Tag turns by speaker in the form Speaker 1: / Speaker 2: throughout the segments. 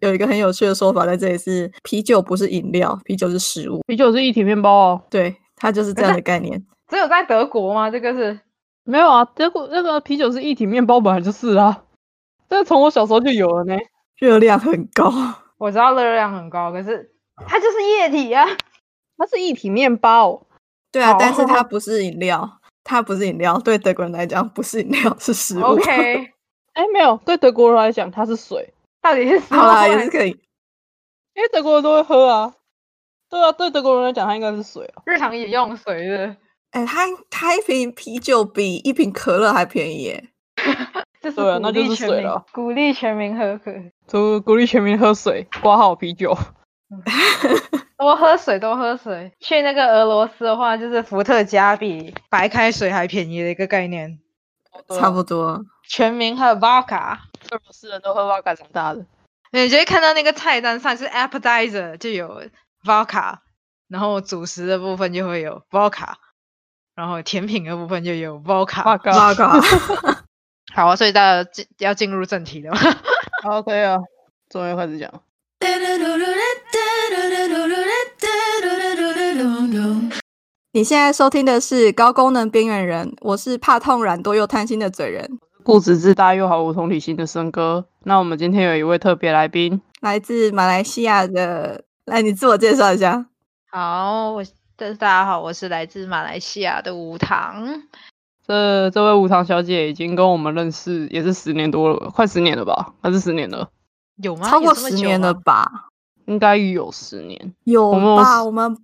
Speaker 1: 有一个很有趣的说法在这里是，啤酒不是饮料，啤酒是食物。
Speaker 2: 啤酒是一体面包哦。
Speaker 1: 对，它就是这样的概念。
Speaker 3: 只有在德国吗？这个是
Speaker 2: 没有啊，德国那个啤酒是一体面包，本来就是啊。这从我小时候就有了呢。
Speaker 1: 热量很高，
Speaker 3: 我知道热量很高，可是它就是液体啊。
Speaker 2: 它是一体面包，
Speaker 1: 对啊，但是它
Speaker 3: 哦
Speaker 1: 不是饮料，它不是饮料，对德国人来讲不是饮料，是食物。
Speaker 3: OK，
Speaker 2: 哎，没有，对德国人来讲它是水，
Speaker 3: 到底是 什
Speaker 1: 好啦，也
Speaker 3: 么
Speaker 1: 是？可以。
Speaker 2: 因为德国人都会喝啊。对啊，对德国人来讲它应该是水啊。
Speaker 3: 日常饮用水是
Speaker 1: 哎、它它一瓶啤酒比一瓶可乐还便宜耶。
Speaker 3: 不是，这是
Speaker 2: 对啊那
Speaker 3: 鼓
Speaker 2: 就
Speaker 3: 励
Speaker 2: 是
Speaker 3: 全
Speaker 2: 水
Speaker 3: 民
Speaker 2: 了
Speaker 3: 鼓励全民喝可
Speaker 2: 就鼓励全民喝水，挂号啤酒。
Speaker 3: 多喝水，多喝水。去那个俄罗斯的话，就是伏特加比白开水还便宜的一个概念。
Speaker 1: 差不多。
Speaker 3: 全民喝 vodka，
Speaker 2: 多，啊俄罗斯人都喝 v 卡长大的。
Speaker 3: 你就会看到那个菜单上是 appetizer 就有 vodka，然后主食的部分就会有 vodka，然后甜品的部分就有 vodka。
Speaker 2: vodka
Speaker 1: 八嘎，
Speaker 3: 好啊，所以大家进要进入正题了吗？
Speaker 2: 好，可以啊，终于开始讲了。
Speaker 1: 你现在收听的是《高功能边缘人》，我是怕痛、懒惰又贪心的嘴人，
Speaker 2: 固执自大又毫无同理心的森哥。那我们今天有一位特别来宾，
Speaker 1: 来自马来西亚的。来，你自我介绍一下。
Speaker 3: 好，我大家好，我是来自马来西亚的吴糖。
Speaker 2: 这这位无糖小姐已经跟我们认识也是十年多了，快十年了吧？还是十年了？
Speaker 3: 有吗？
Speaker 1: 超
Speaker 3: 有
Speaker 1: 过
Speaker 3: 这么
Speaker 1: 十
Speaker 3: 久
Speaker 1: 年
Speaker 3: 吗
Speaker 1: 了吧？
Speaker 2: 应该有十年。
Speaker 1: 有
Speaker 2: 我们
Speaker 1: 吧？我们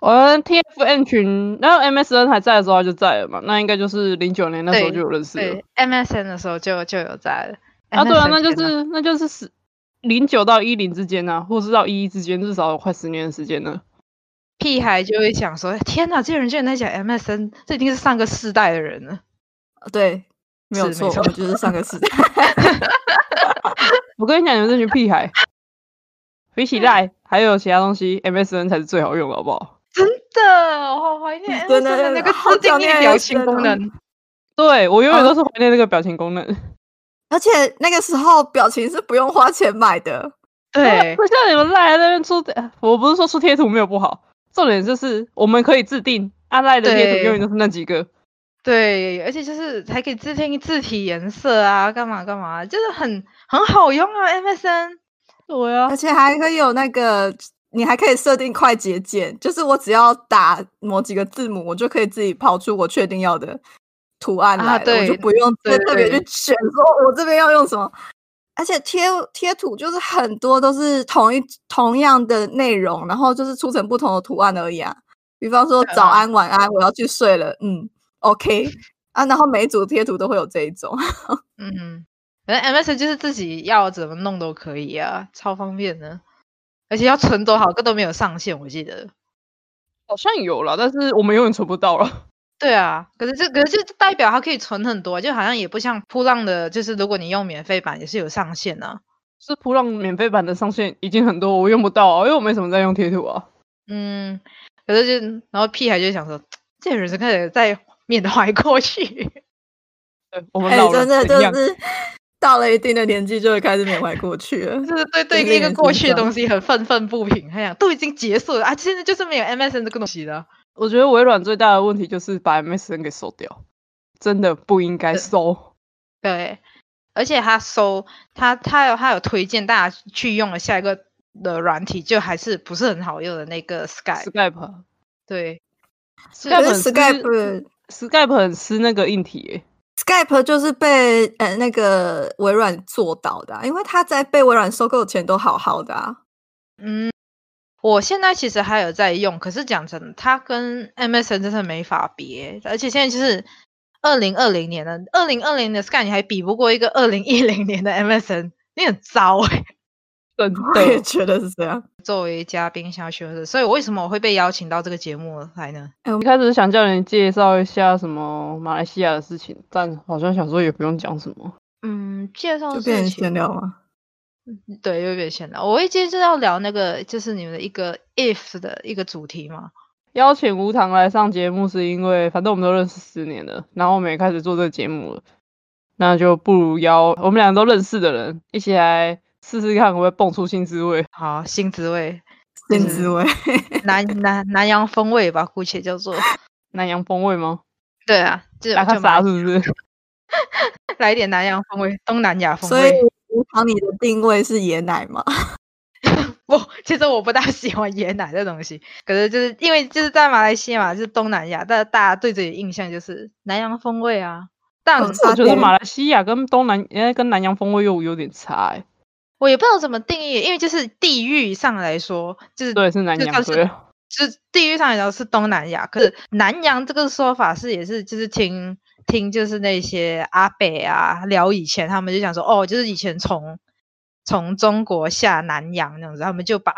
Speaker 2: 我们 TFN 群，那 MSN 还在的时候他就在了嘛？那应该就是零九年那时候
Speaker 3: 对
Speaker 2: 就有认识了
Speaker 3: 对。，MSN 的时候就就有在了。
Speaker 2: 啊，对啊，
Speaker 3: MSN
Speaker 2: 那就
Speaker 3: 天哪
Speaker 2: 是那就是十零九到一零之间啊，或是到一一之间，至少有快十年的时间了。
Speaker 3: 屁孩就会想说：“天哪，这些人居然在讲 MSN，这一定是上个世代的人了。
Speaker 1: 对，没有
Speaker 3: 是
Speaker 1: 错，
Speaker 3: 没错
Speaker 1: 我们就是上个时代。
Speaker 2: 我跟你讲，你们这群屁孩，比起赖还有其他东西，MSN 才是最好用的，好不好？”
Speaker 3: 真的，我好怀念
Speaker 1: 真
Speaker 3: MSN
Speaker 1: 的
Speaker 3: 的那个
Speaker 1: 好
Speaker 3: 自定
Speaker 1: 想
Speaker 3: 义
Speaker 1: 念
Speaker 3: 表
Speaker 1: MSN
Speaker 3: 情功
Speaker 1: 哦
Speaker 3: 能。
Speaker 2: 对我永远都是怀念那个表情功能。
Speaker 1: 而且那个时候表情是不用花钱买的，
Speaker 3: 对
Speaker 2: 不像你们赖在那边出，呃我不是说出贴图没有不好，重点就是我们可以制定，啊赖的贴图
Speaker 3: 对
Speaker 2: 永远都是那几个。
Speaker 3: 对，而且就是还可以自定义字体颜色啊，干嘛干嘛，就是很很好用啊，MSN。
Speaker 2: 对啊
Speaker 1: 而，且还可以有那个，你还可以设定快捷键，就是我只要打某几个字母，我就可以自己跑出我确定要的图案
Speaker 3: 啊
Speaker 1: 来了，我就
Speaker 3: 对
Speaker 1: 不用再
Speaker 3: 对
Speaker 1: 特别去
Speaker 3: 对
Speaker 1: 选说我这边要用什么。而且贴贴图就是很多都是同一同样的内容，然后就是出成不同的图案而已啊。比方说
Speaker 3: 对啊
Speaker 1: 早安、晚安，我要去睡了，嗯，OK 啊，然后每一组贴图都会有这一种。
Speaker 3: 嗯，反正 MSN 就是自己要怎么弄都可以啊，超方便的。而且要存多少个都没有上限，我记得。
Speaker 2: 好像有了，但是我们永远存不到了。
Speaker 3: 对啊，可是这可是这代表它可以存很多，啊就好像也不像扑浪的，就是如果你用免费版也是有上限的、啊。
Speaker 2: 是普浪免费版的上线已经很多，我用不到、啊，因为我没什么在用贴图啊。
Speaker 3: 嗯，可是就然后屁孩就想说，这人是开始在缅怀过去。
Speaker 2: 对，我们
Speaker 1: 哎、
Speaker 2: 老了
Speaker 1: 真的
Speaker 2: 怎样
Speaker 1: 就是到了一定的年纪，就会开始缅怀过去了。
Speaker 3: 就是对对
Speaker 1: 令
Speaker 3: 那个
Speaker 1: 人
Speaker 3: 过
Speaker 1: 心
Speaker 3: 去的
Speaker 1: 酸
Speaker 3: 东西很愤愤不平，他想都已经结束了啊，现在就是没有 MSN 这个东西了。
Speaker 2: 我觉得微软最大的问题就是把 MSN 给收掉，真的不应该收。
Speaker 3: 对，而且他收他他有他有推荐大家去用了下一个的软体，就还是不是很好用的那个 Skype。
Speaker 2: Skype，Skype
Speaker 3: 对，是
Speaker 1: 哎可
Speaker 2: 很
Speaker 1: 是
Speaker 2: 吃
Speaker 1: Skype
Speaker 2: Skype 很吃那个硬体、欸，
Speaker 1: Skype 就是被呃那个微软做到的啊、因为他在被微软收购前都好好的啊。
Speaker 3: 嗯，我现在其实还有在用，可是讲真的，它跟 MSN 真的没法比，而且现在就是二零二零年的二零二零的 Sky，你还比不过一个二零一零年的 MSN，你很糟哎、
Speaker 2: 真
Speaker 1: 我也
Speaker 2: 的。
Speaker 1: 觉得是这样。
Speaker 3: 作为嘉宾想要学的，所以我为什么我会被邀请到这个节目来呢？
Speaker 2: 一开始想叫你介绍一下什么马来西亚的事情，但好像想说也不用讲什么。
Speaker 3: 嗯，介绍
Speaker 1: 就
Speaker 3: 事
Speaker 1: 变成
Speaker 3: 情
Speaker 1: 闲聊嘛。
Speaker 3: 对，有点闲聊。我会接着要聊那个，就是你们的一个 if 的一个主题嘛。
Speaker 2: 邀请无糖来上节目是因为，反正我们都认识十年了，然后我们也开始做这个节目了，那就不如邀我们俩都认识的人一起来试试看会不会蹦出新滋味。
Speaker 3: 好，新滋味，
Speaker 1: 新滋 味，
Speaker 3: 南南南洋风味吧，姑且叫做。
Speaker 2: 南洋风味吗？
Speaker 3: 对啊，就
Speaker 2: 打卡
Speaker 3: 就买
Speaker 2: 啥是不是？
Speaker 3: 来一点南洋风味，东南亚风
Speaker 1: 所以
Speaker 3: 味。
Speaker 1: 无糖你的定位是椰奶吗？
Speaker 3: 我其实我不大喜欢椰奶这东西，可是就是因为就是在马来西亚嘛，就是东南亚，但大家对这里印象就是南洋风味啊。但
Speaker 1: 哦是啊
Speaker 2: 我觉得
Speaker 1: 对
Speaker 2: 马来西亚跟东南，哎，跟南洋风味又有点差哎。
Speaker 3: 我也不知道怎么定义，因为就是地域上来说，就是
Speaker 2: 对，是南
Speaker 3: 就
Speaker 2: 洋
Speaker 3: 像 是
Speaker 2: 对。
Speaker 3: 就是地域上来讲是东南亚，可是南洋这个说法是也是就是听听就是那些阿北啊聊以前他们就讲说哦，就是以前从从中国下南洋那样子，他们就把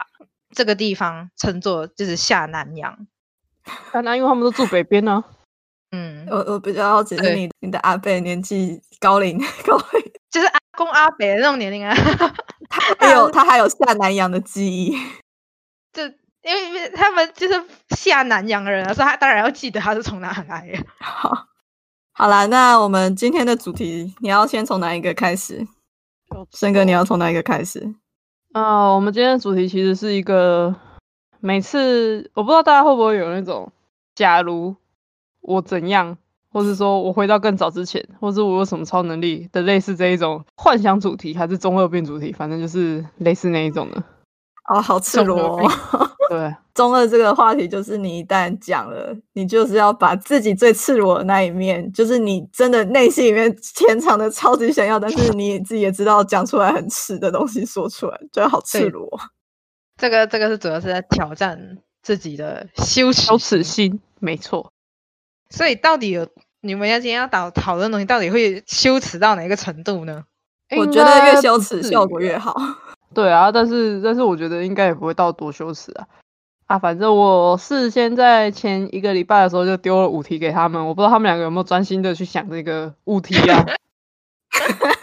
Speaker 3: 这个地方称作就是下南洋。
Speaker 2: 当然，因为他们都住北边啊呢。
Speaker 3: 嗯，
Speaker 2: 哦
Speaker 1: 我我比较好奇是
Speaker 3: 对
Speaker 1: 你你的阿贝年纪高龄高龄，
Speaker 3: 就是阿公阿伯那种年龄啊，
Speaker 1: 他还有他还有下南洋的记忆，
Speaker 3: 就因为因为他们就是下南洋的人啊，所以他当然要记得他是从哪来的。
Speaker 1: 好。好啦，那我们今天的主题，你要先从哪一个开始？森哥，你要从哪一个开始？
Speaker 2: 啊、我们今天的主题其实是一个，每次我不知道大家会不会有那种，假如我怎样，或是说我回到更早之前，或是我有什么超能力的类似这一种幻想主题，还是中二病主题，反正就是类似那一种的。
Speaker 1: 哦，好赤
Speaker 2: 中
Speaker 1: 裸、
Speaker 2: 二
Speaker 1: 哦
Speaker 2: 病。对，
Speaker 1: 中二这个话题，就是你一旦讲了，你就是要把自己最赤裸的那一面，就是你真的内心里面潜藏的超级想要，但是你自己也知道讲出来很吃的东西说出来，就好赤
Speaker 3: 对
Speaker 1: 裸。哦
Speaker 3: 这个这个是主要是在挑战自己的羞耻
Speaker 2: 羞耻心，没错。
Speaker 3: 所以到底有你们要今天要讨讨论的东西，到底会羞耻到哪一个程度呢？
Speaker 1: 我
Speaker 2: 应
Speaker 1: 觉得越
Speaker 2: 该
Speaker 1: 羞
Speaker 2: 不
Speaker 1: 耻
Speaker 2: 至
Speaker 1: 效
Speaker 2: 于
Speaker 1: 果
Speaker 2: 啊
Speaker 1: 越好。
Speaker 2: 对啊，但是但是我觉得应该也不会到多羞耻啊啊！反正我事先在前一个礼拜的时候就丢了五题给他们，我不知道他们两个有没有专心的去想这个物题啊？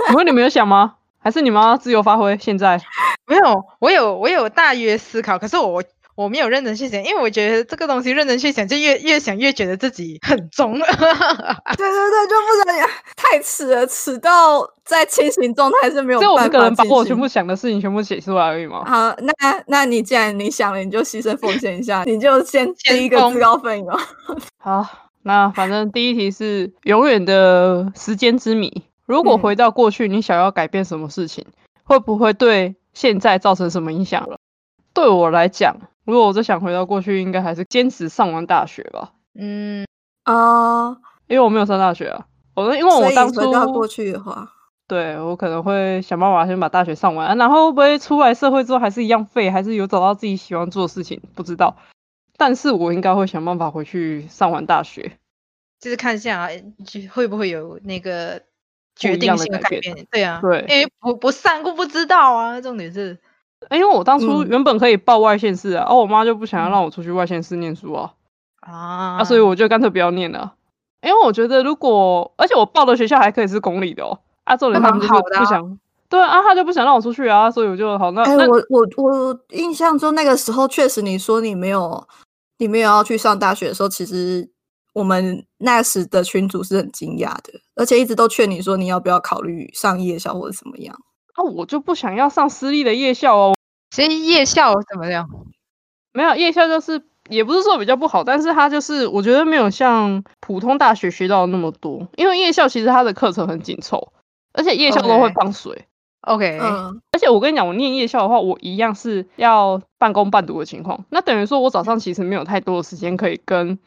Speaker 2: 请问你们有想吗？还是你们要自由发挥？现在
Speaker 3: 没有，我有我有大约思考，可是我我没有认真去想，因为我觉得这个东西认真去想，就越越想越觉得自己很中二。
Speaker 1: 对对对，就不能讲太迟了，迟到在清醒状态是没有
Speaker 2: 所以我
Speaker 1: 办
Speaker 2: 们
Speaker 1: 法
Speaker 2: 可能把
Speaker 1: 进
Speaker 2: 我
Speaker 1: 行
Speaker 2: 全部想的事情全部写出来而已嘛。
Speaker 1: 好，那那你既然你想了，你就牺牲奉献一下，你就先第
Speaker 3: 先
Speaker 1: 一个自
Speaker 3: 锋
Speaker 1: 告奋勇。
Speaker 2: 好，那反正第一题是永远的时间之谜。如果
Speaker 3: 嗯
Speaker 2: 回到过去，你想要改变什么事情，会不会对现在造成什么影响了？对我来讲，如果我再想回到过去，应该还是坚持上完大学吧，
Speaker 3: 嗯，
Speaker 1: 哦，
Speaker 2: 因为我没有上大学啊。我因为
Speaker 1: 所
Speaker 2: 我
Speaker 1: 以
Speaker 2: 当
Speaker 1: 回到过
Speaker 2: 初
Speaker 1: 去的话，
Speaker 2: 对我可能会想办法先把大学上完、啊，然后会不会出来社会之后还是一样废，还是有找到自己喜欢做的事情，不知道。但是我应该会想办法回去上完大学。
Speaker 3: 就是看一下啊就会不会有那个
Speaker 2: 不
Speaker 3: 决
Speaker 2: 一样的
Speaker 3: 定性的
Speaker 2: 改
Speaker 3: 改
Speaker 2: 变
Speaker 3: 变。对啊，
Speaker 2: 对
Speaker 3: 因为不不上过不知道啊，重点是
Speaker 2: 欸因为我当初
Speaker 1: 嗯
Speaker 2: 原本可以报外县市啊，而、我妈就不想要让我出去外县市念书啊，
Speaker 3: 嗯啊
Speaker 2: 啊，所以我就干脆不要念了。因为我觉得如果，而且我报的学校还可以是公立的哦，啊，重点
Speaker 3: 那
Speaker 2: 他
Speaker 3: 蛮
Speaker 2: 们就是
Speaker 3: 好的
Speaker 2: 不
Speaker 3: 啊
Speaker 2: 想，对啊，他就不想让我出去啊，所以我就好那、
Speaker 1: 哎、
Speaker 2: 那
Speaker 1: 我我我印象中那个时候确实你说你没有你没有要去上大学的时候，其实我们那时的群主是很惊讶的，而且一直都劝你说你要不要考虑上夜校或者怎么样。
Speaker 2: 啊我就不想要上私立的夜校哦，
Speaker 3: 所以夜校怎么样？
Speaker 2: 没有夜校就是也不是说比较不好，但是它就是我觉得没有像普通大学学到的那么多，因为夜校其实它的课程很紧凑，而且夜校都会
Speaker 3: OK
Speaker 2: 放水。
Speaker 3: OK，、
Speaker 2: 哎
Speaker 1: 嗯，
Speaker 2: 而且我跟你讲，我念夜校的话，我一样是要半工半读的情况。那等于说我早上其实没有太多的时间可以跟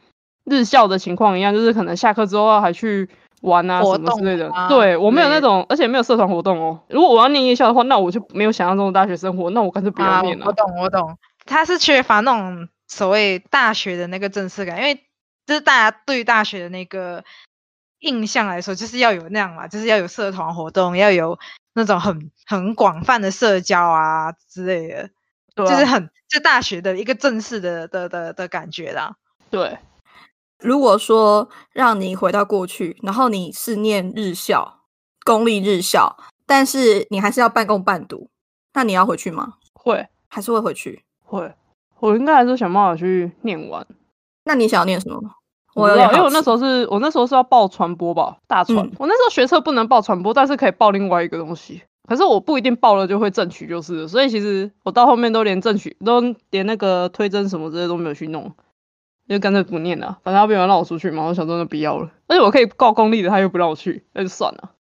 Speaker 2: 日校的情况一样，就是可能下课之后还去玩啊
Speaker 3: 活
Speaker 2: 什么之类的。
Speaker 3: 动啊
Speaker 2: 对我没有那
Speaker 3: 对
Speaker 2: 种，而且没有社团活动哦。如果我要念夜校的话，那我就没有想象中的大学生活，那我干脆不要
Speaker 3: 啊，
Speaker 2: 念了、
Speaker 3: 我我懂，我懂，他是缺乏那种所谓大学的那个正式感，因为就是大家对大学的那个印象来说，就是要有那样嘛，就是要有社团活动，要有那种很很广泛的社交啊之类的，
Speaker 2: 对啊、
Speaker 3: 就是很就大学的一个正式的的的的感觉啦。
Speaker 2: 对。
Speaker 1: 如果说让你回到过去，然后你是念日校，公立日校，但是你还是要半工半读，那你要回去吗？
Speaker 2: 会
Speaker 1: 还是会回去？
Speaker 2: 会，我应该还是想办法去念完。
Speaker 1: 那你想要念什么吗？
Speaker 2: 我
Speaker 1: 有
Speaker 2: 不知
Speaker 1: 点
Speaker 2: 道，因为我
Speaker 1: 好
Speaker 2: 那
Speaker 1: 奇
Speaker 2: 时候是我那时候是要报传播吧，大传。
Speaker 1: 嗯
Speaker 2: 我那时候学测不能报传播，但是可以报另外一个东西。可是我不一定报了就会正取就是了，所以其实我到后面都连正取都连那个推甄什么之类都没有去弄，就干脆不念了。反正他没有让我出去嘛，我想说那不要了。而且我可以告公立的，他又不让我去，那就算了。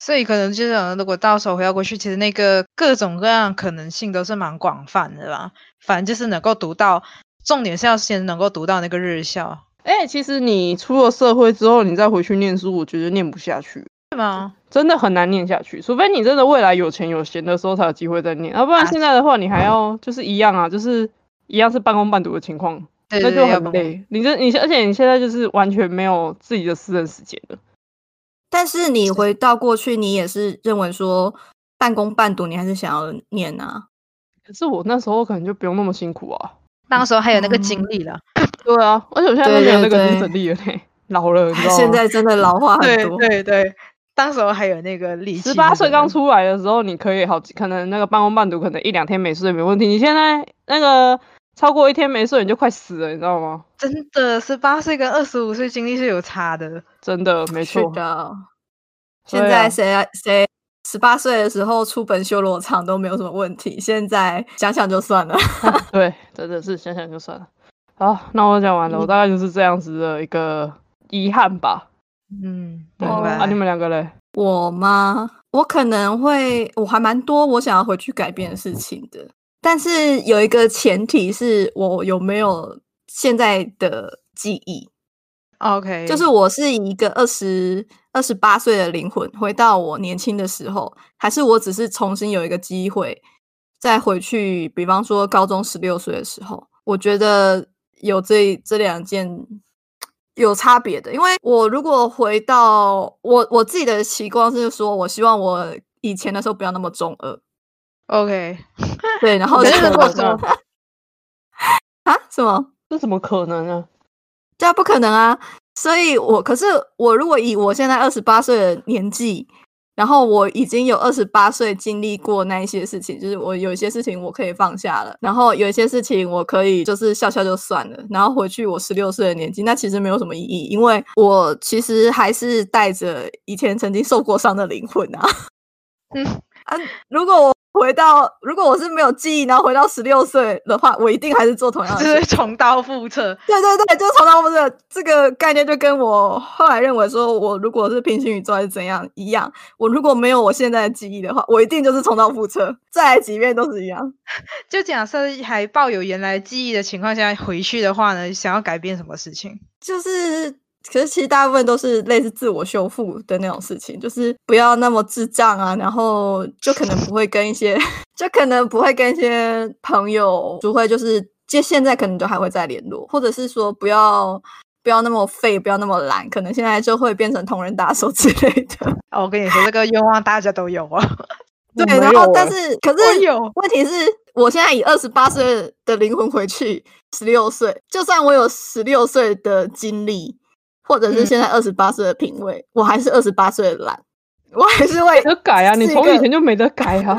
Speaker 3: 所以可能就是呃如果到时候回到过去，其实那个各种各样的可能性都是蛮广泛的啦。反正就是能够读到，重点是要先能够读到那个日校，
Speaker 2: 哎、其实你出了社会之后，你再回去念书，我觉得念不下去，
Speaker 3: 对吗？
Speaker 2: 真的很难念下去。除非你真的未来有钱有闲的时候才有机会再念，要不然
Speaker 3: 啊
Speaker 2: 现在的话，你还要就是一样啊，就是一样是半工半读的情况，
Speaker 3: 对
Speaker 2: 那
Speaker 3: 对
Speaker 2: 就
Speaker 3: 对，要
Speaker 2: 很
Speaker 3: 不
Speaker 2: 累。你这你而且你现在就是完全没有自己的私人时间了。
Speaker 1: 但是你回到过去，你也是认为说半工半读，你还是想要念啊？
Speaker 2: 可是我那时候可能就不用那么辛苦啊。
Speaker 3: 那时候还有那个
Speaker 1: 嗯
Speaker 3: 精力了。
Speaker 2: 对啊，而且我现在都
Speaker 1: 对
Speaker 2: 没有那
Speaker 1: 对
Speaker 2: 个
Speaker 1: 对
Speaker 2: 精神力了嘞，老了，你知道啊 吗？
Speaker 1: 现在真的老 化很
Speaker 3: 对
Speaker 1: 多。
Speaker 3: 对对，当时候还有那个力气。
Speaker 2: 十八岁刚，出来的时候，你可以好，可能那个半工半读，可能一两天没睡没问题。你现在那个超过一天没睡，你就快死了，你知道吗？
Speaker 3: 真的十八岁跟二十五岁精力是有差的。
Speaker 2: 真的，没
Speaker 1: 是
Speaker 2: 错。
Speaker 1: 的。
Speaker 2: 对
Speaker 1: 现在
Speaker 2: 啊
Speaker 1: 谁啊谁十八岁的时候出本修罗场都没有什么问题，现在想想就算了。
Speaker 2: 对，真的是想想就算了。好，那我讲完了，
Speaker 1: 嗯
Speaker 2: 我大概就是这样子的一个遗憾吧。
Speaker 3: 嗯，
Speaker 2: 对
Speaker 3: 明
Speaker 1: 哦
Speaker 3: 白。
Speaker 2: 啊，你们两个嘞？
Speaker 1: 我吗？我可能会，我还蛮多我想要回去改变的事情的，但是有一个前提是我有没有现在的记忆，
Speaker 3: OK，
Speaker 1: 就是我是以一个二十二十八岁的灵魂回到我年轻的时候，还是我只是重新有一个机会再回去，比方说高中十六岁的时候，我觉得有这这两件有差别的，因为我如果回到我我自己的习惯是说，我希望我以前的时候不要那么中二，
Speaker 3: OK。
Speaker 1: 对，然后
Speaker 3: 可
Speaker 1: 就是 可
Speaker 3: 如果
Speaker 1: 能
Speaker 3: 说
Speaker 1: 啊什么？
Speaker 2: 这怎么可能呢？
Speaker 1: 对啊，不可能啊！所以我，可是我如果以我现在二十八岁的年纪，然后我已经有二十八岁经历过那一些事情，就是我有一些事情我可以放下了，然后有一些事情我可以就是笑笑就算了，然后回去我十六岁的年纪，那其实没有什么意义，因为我其实还是带着以前曾经受过伤的灵魂啊。
Speaker 3: 嗯
Speaker 1: 啊，如果我回到，如果我是没有记忆，然后回到十六岁的话，我一定啊还是做同样的
Speaker 3: 就
Speaker 1: 事
Speaker 3: 是重蹈覆辙。
Speaker 1: 对对对，就是从到不是这个概念，就跟我后来认为说，我如果是平行宇宙还是怎样一样，我如果没有我现在的记忆的话，我一定就是重蹈覆辙，再来几遍都是一样。
Speaker 3: 就假设还抱有原来记忆的情况下回去的话呢，想要改变什么事情？
Speaker 1: 就是，可是其实大部分都是类似自我修复的那种事情，就是不要那么智障啊，然后就可能不会跟一些， 就可能不会跟一些朋友，除非就是就现在可能就还会再联络，或者是说不要。不要那么废，不要那么懒，可能现在就会变成同人打手之类的。
Speaker 3: 哦，我跟你说，这个愿望大家都有啊，
Speaker 2: 我
Speaker 1: 对，
Speaker 2: 没
Speaker 1: 然后
Speaker 3: 哦
Speaker 2: 有
Speaker 1: 但
Speaker 2: 欸
Speaker 1: 是可
Speaker 3: 我
Speaker 1: 是
Speaker 3: 有。
Speaker 1: 问题是我现在以二十八岁的灵魂回去十六岁，就算我有十六岁的经历，或者是
Speaker 3: 嗯
Speaker 1: 现在二十八岁的品味，我还是二十八岁的懒，我还是 会
Speaker 2: 没得改啊！你
Speaker 1: 是一
Speaker 2: 从
Speaker 1: 个
Speaker 2: 以前就没得改 啊。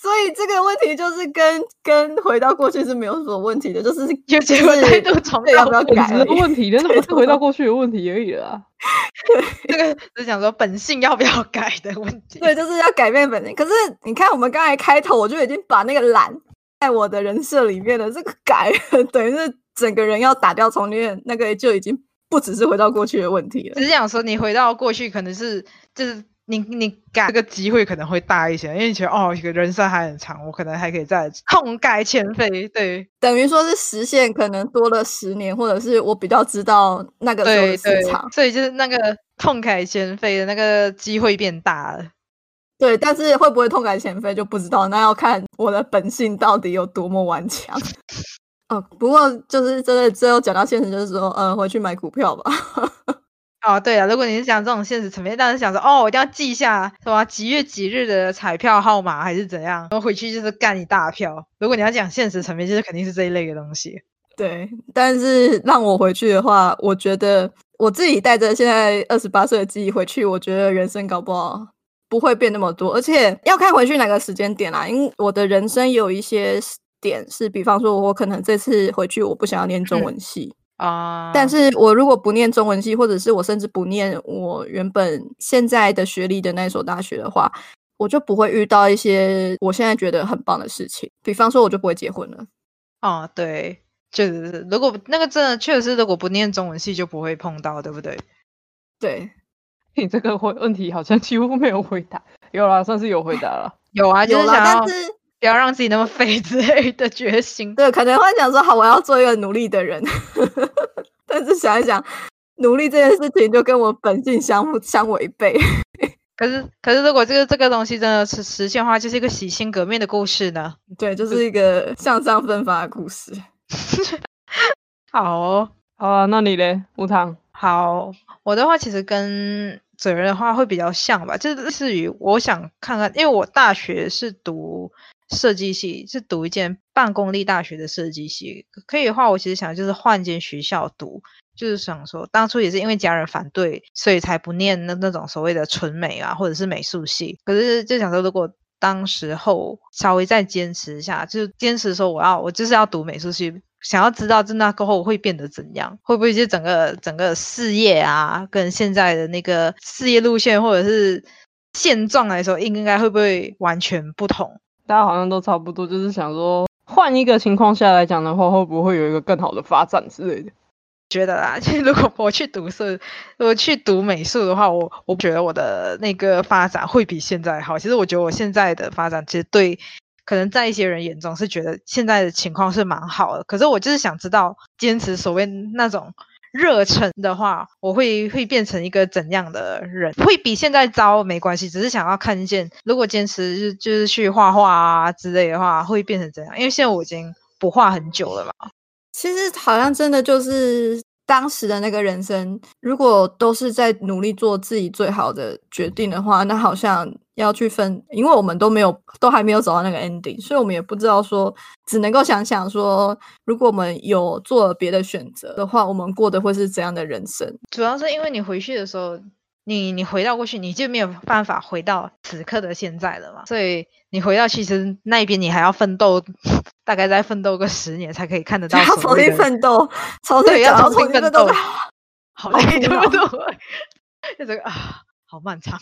Speaker 1: 所以这个问题就是跟跟回到过去是没有什么问题的，就是
Speaker 3: 有结
Speaker 1: 就
Speaker 3: 果态
Speaker 1: 是
Speaker 3: 度重
Speaker 1: 对要
Speaker 3: 蹈
Speaker 1: 不要
Speaker 2: 本
Speaker 1: 改
Speaker 2: 质
Speaker 1: 而
Speaker 2: 的
Speaker 1: 已
Speaker 2: 问题，真的
Speaker 1: 对
Speaker 2: 不是
Speaker 1: 对
Speaker 2: 回 到
Speaker 1: 对
Speaker 2: 过去的问题而已啦。
Speaker 3: 这个只讲说本性要不要改的问题。
Speaker 1: 对，就是要改变本性。可是你看，我们刚才开头我就已经把那个懒在我的人设里面的这个改了，等于是整个人要打掉重练，那个就已经不只是回到过去的问题了。
Speaker 3: 只是想说你回到过去，可能是就是你你改这个机会可能会大一些，因为你觉得哦，这个人生还很长，我可能还可以再 痛改前非。对
Speaker 1: 等于说是实现可能多了十年，或者是我比较知道那个时候
Speaker 3: 对
Speaker 1: 的
Speaker 3: 对
Speaker 1: 市场，。
Speaker 3: 所以就是那个痛改前非的那个机会变大了。
Speaker 1: 对，但是会不会痛改前非就不知道，那要看我的本性到底有多么顽强。 哦，不过就是真的，最后讲到现实，就是说，呃，回去买股票吧。
Speaker 3: 哦，对了，如果你是讲这种现实层面，但是想说哦，我一定要记一下什么几月几日的彩票号码还是怎样，然后回去就是干一大票。如果你要讲现实层面，就是肯定是这一类的东西。
Speaker 1: 对，但是让我回去的话，我觉得我自己带着现在二十八岁的记忆回去，我觉得人生搞不好不会变那么多，而且要看回去哪个时间点啦。因为我的人生有一些时点是，比方说，我可能这次回去我不想要念中
Speaker 3: 嗯
Speaker 1: 文系，
Speaker 3: 啊、
Speaker 1: 但是我如果不念中文系，或者是我甚至不念我原本现在的学历的那一所大学的话，我就不会遇到一些我现在觉得很棒的事情。比方说，我就不会结婚了。
Speaker 3: 哦，对，确实是，如果那个真的确实是，如果不念中文系就不会碰到，对不对？
Speaker 1: 对，
Speaker 2: 你这个问问题好像几乎没有回答，有啦，算是有回答了。
Speaker 3: 有啊，就
Speaker 1: 有
Speaker 3: 是
Speaker 1: 啦，
Speaker 3: 想要
Speaker 1: 但是
Speaker 3: 不要让自己那么废 之类的决心。
Speaker 1: 对，可能会想说，好，我要做一个努力的人。 但是想一想，努力这件事情就跟我本性相互相违背。
Speaker 3: 可是，可是如果这个这个东西真的实实现的话，就是一个洗心革面的故事呢。
Speaker 1: 对，就是一个向上奋发的故事。
Speaker 3: 好哦、
Speaker 2: 好啊，那你嘞，无糖？
Speaker 3: 好，我的话其实跟嘴人的话会比较像吧，就是类似于我想看看，因为我大学是读设计系，是读一间办公立大学的设计系。可以的话，我其实想就是换间学校读，就是想说当初也是因为家人反对，所以才不念那那种所谓的纯美啊，或者是美术系。可是就想说，如果当时候稍微再坚持一下，就是坚持说我要我就是要读美术系，想要知道真的过后会变得怎样，会不会就整个整个事业啊，跟现在的那个事业路线或者是现状来说，应应该会不会完全不同？
Speaker 2: 大家好像都差不多，就是想说换一个情况下来讲的话，会不会有一个更好的发展之类的？
Speaker 3: 觉得啦， 如果我去读设，我去读美术的话，我我觉得我的那个发展会比现在好。其实我觉得我现在的发展，其实对可能在一些人眼中是觉得现在的情况是蛮好的。可是我就是想知道，坚持所谓那种热忱的话，我会会变成一个怎样的人？会比现在糟没关系，只是想要看见，如果坚持就是就是去画画啊之类的话，会变成怎样？因为现在我已经不画很久了嘛。
Speaker 1: 其实好像真的就是当时的那个人生，如果都是在努力做自己最好的决定的话，那好像要去分，因为我们都没有，都还没有走到那个 ending，所以我们也不知道说，只能够想想说，如果我们有做了别的选择的话，我们过的会是怎样的人生？
Speaker 3: 主要是因为你回去的时候，你你回到过去，你就没有办法回到此刻的现在了嘛，所以你回到其实那边你还要奋斗，大概再奋斗个十年才可以看得到
Speaker 1: 要
Speaker 3: 所
Speaker 1: 重
Speaker 3: 谓
Speaker 1: 新
Speaker 3: 的。
Speaker 1: 奋斗，重
Speaker 3: 对，
Speaker 1: 新
Speaker 3: 要
Speaker 1: 讲
Speaker 3: 重新奋斗
Speaker 1: 是，好
Speaker 3: 好累，哦
Speaker 1: 苦
Speaker 3: 对
Speaker 1: 恼
Speaker 3: 不对？就这个啊，好漫长。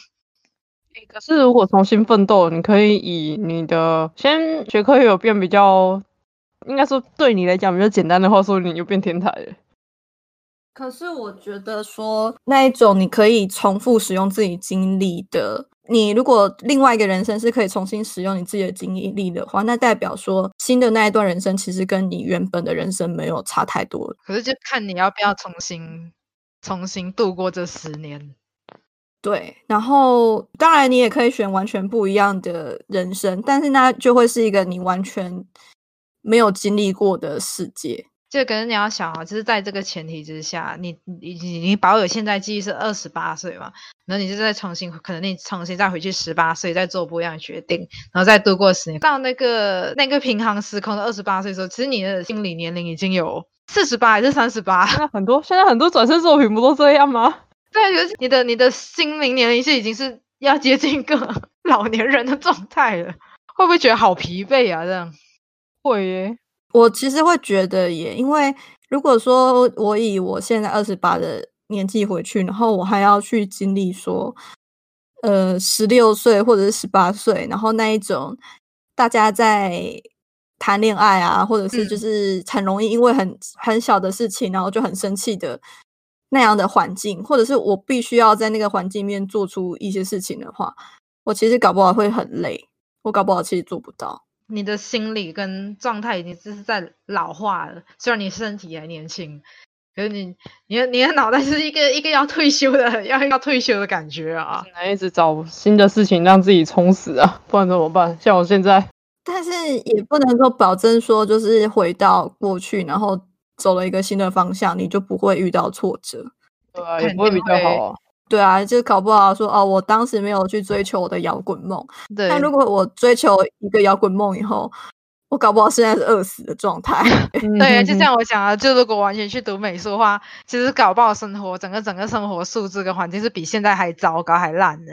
Speaker 2: 可是如果重新奋斗，你可以以你的先学科有变比较，应该说对你来讲比较简单的话说，你就变天才了。
Speaker 1: 可是我觉得说那一种你可以重复使用自己经历的，你如果另外一个人生是可以重新使用你自己的经历的话，那代表说新的那一段人生其实跟你原本的人生没有差太多了。
Speaker 3: 可是就看你要不要重新重新度过这十年。
Speaker 1: 对，然后当然你也可以选完全不一样的人生，但是那就会是一个你完全没有经历过的世界。
Speaker 3: 就可是你要想啊，就是在这个前提之下，你你你你保有现在记忆是二十八岁嘛，然后你就再重新，可能你重新再回去十八岁，再做不一样的决定，然后再度过十年，到那个那个平行时空的二十八岁的时候，其实你的心理年龄已经有四十八还是三十八，
Speaker 2: 现在很多现在很多转身作品不都这样吗？
Speaker 3: 对，就是你的你的心灵年龄是已经是要接近一个 老年人的状态了，会不会觉得好疲惫啊？这样
Speaker 2: 会耶，
Speaker 1: 我其实会觉得也，因为如果说我以我现在二十八的年纪回去，然后我还要去经历说，呃，十六岁或者是十八岁，然后那一种大家在谈恋爱啊，或者是就
Speaker 3: 嗯
Speaker 1: 是很容易因为很很小的事情，然后就很生气的那样的环境，或者是我必须要在那个环境里面做出一些事情的话，我其实搞不好会很累，我搞不好其实做不到。
Speaker 3: 你的心理跟状态已经就是在老化了，虽然你身体还年轻，可是你你的你的脑袋是一个一个要退休的要要退休的感觉啊
Speaker 2: 只！能一直找新的事情让自己充实啊，不然怎么办？像我现在，
Speaker 1: 但是也不能够保证说，就是回到过去，然后走了一个新的方向，你就不会遇到挫折。
Speaker 2: 对啊，
Speaker 3: 肯
Speaker 2: 也不会比
Speaker 3: 定
Speaker 2: 较
Speaker 3: 会
Speaker 2: 好啊。
Speaker 1: 对啊，就搞不好说哦，我当时没有去追求我的摇滚梦。
Speaker 3: 对，
Speaker 1: 啊但如果我追求一个摇滚梦以后，我搞不好现在是饿死的状 态。啊
Speaker 3: 对，啊
Speaker 2: 嗯
Speaker 3: 就
Speaker 2: 哼哼
Speaker 3: 像我讲的，就如果完全去读美术的话，其实搞不好生活整个整个生活素质跟环境是比现在还糟糕还烂的。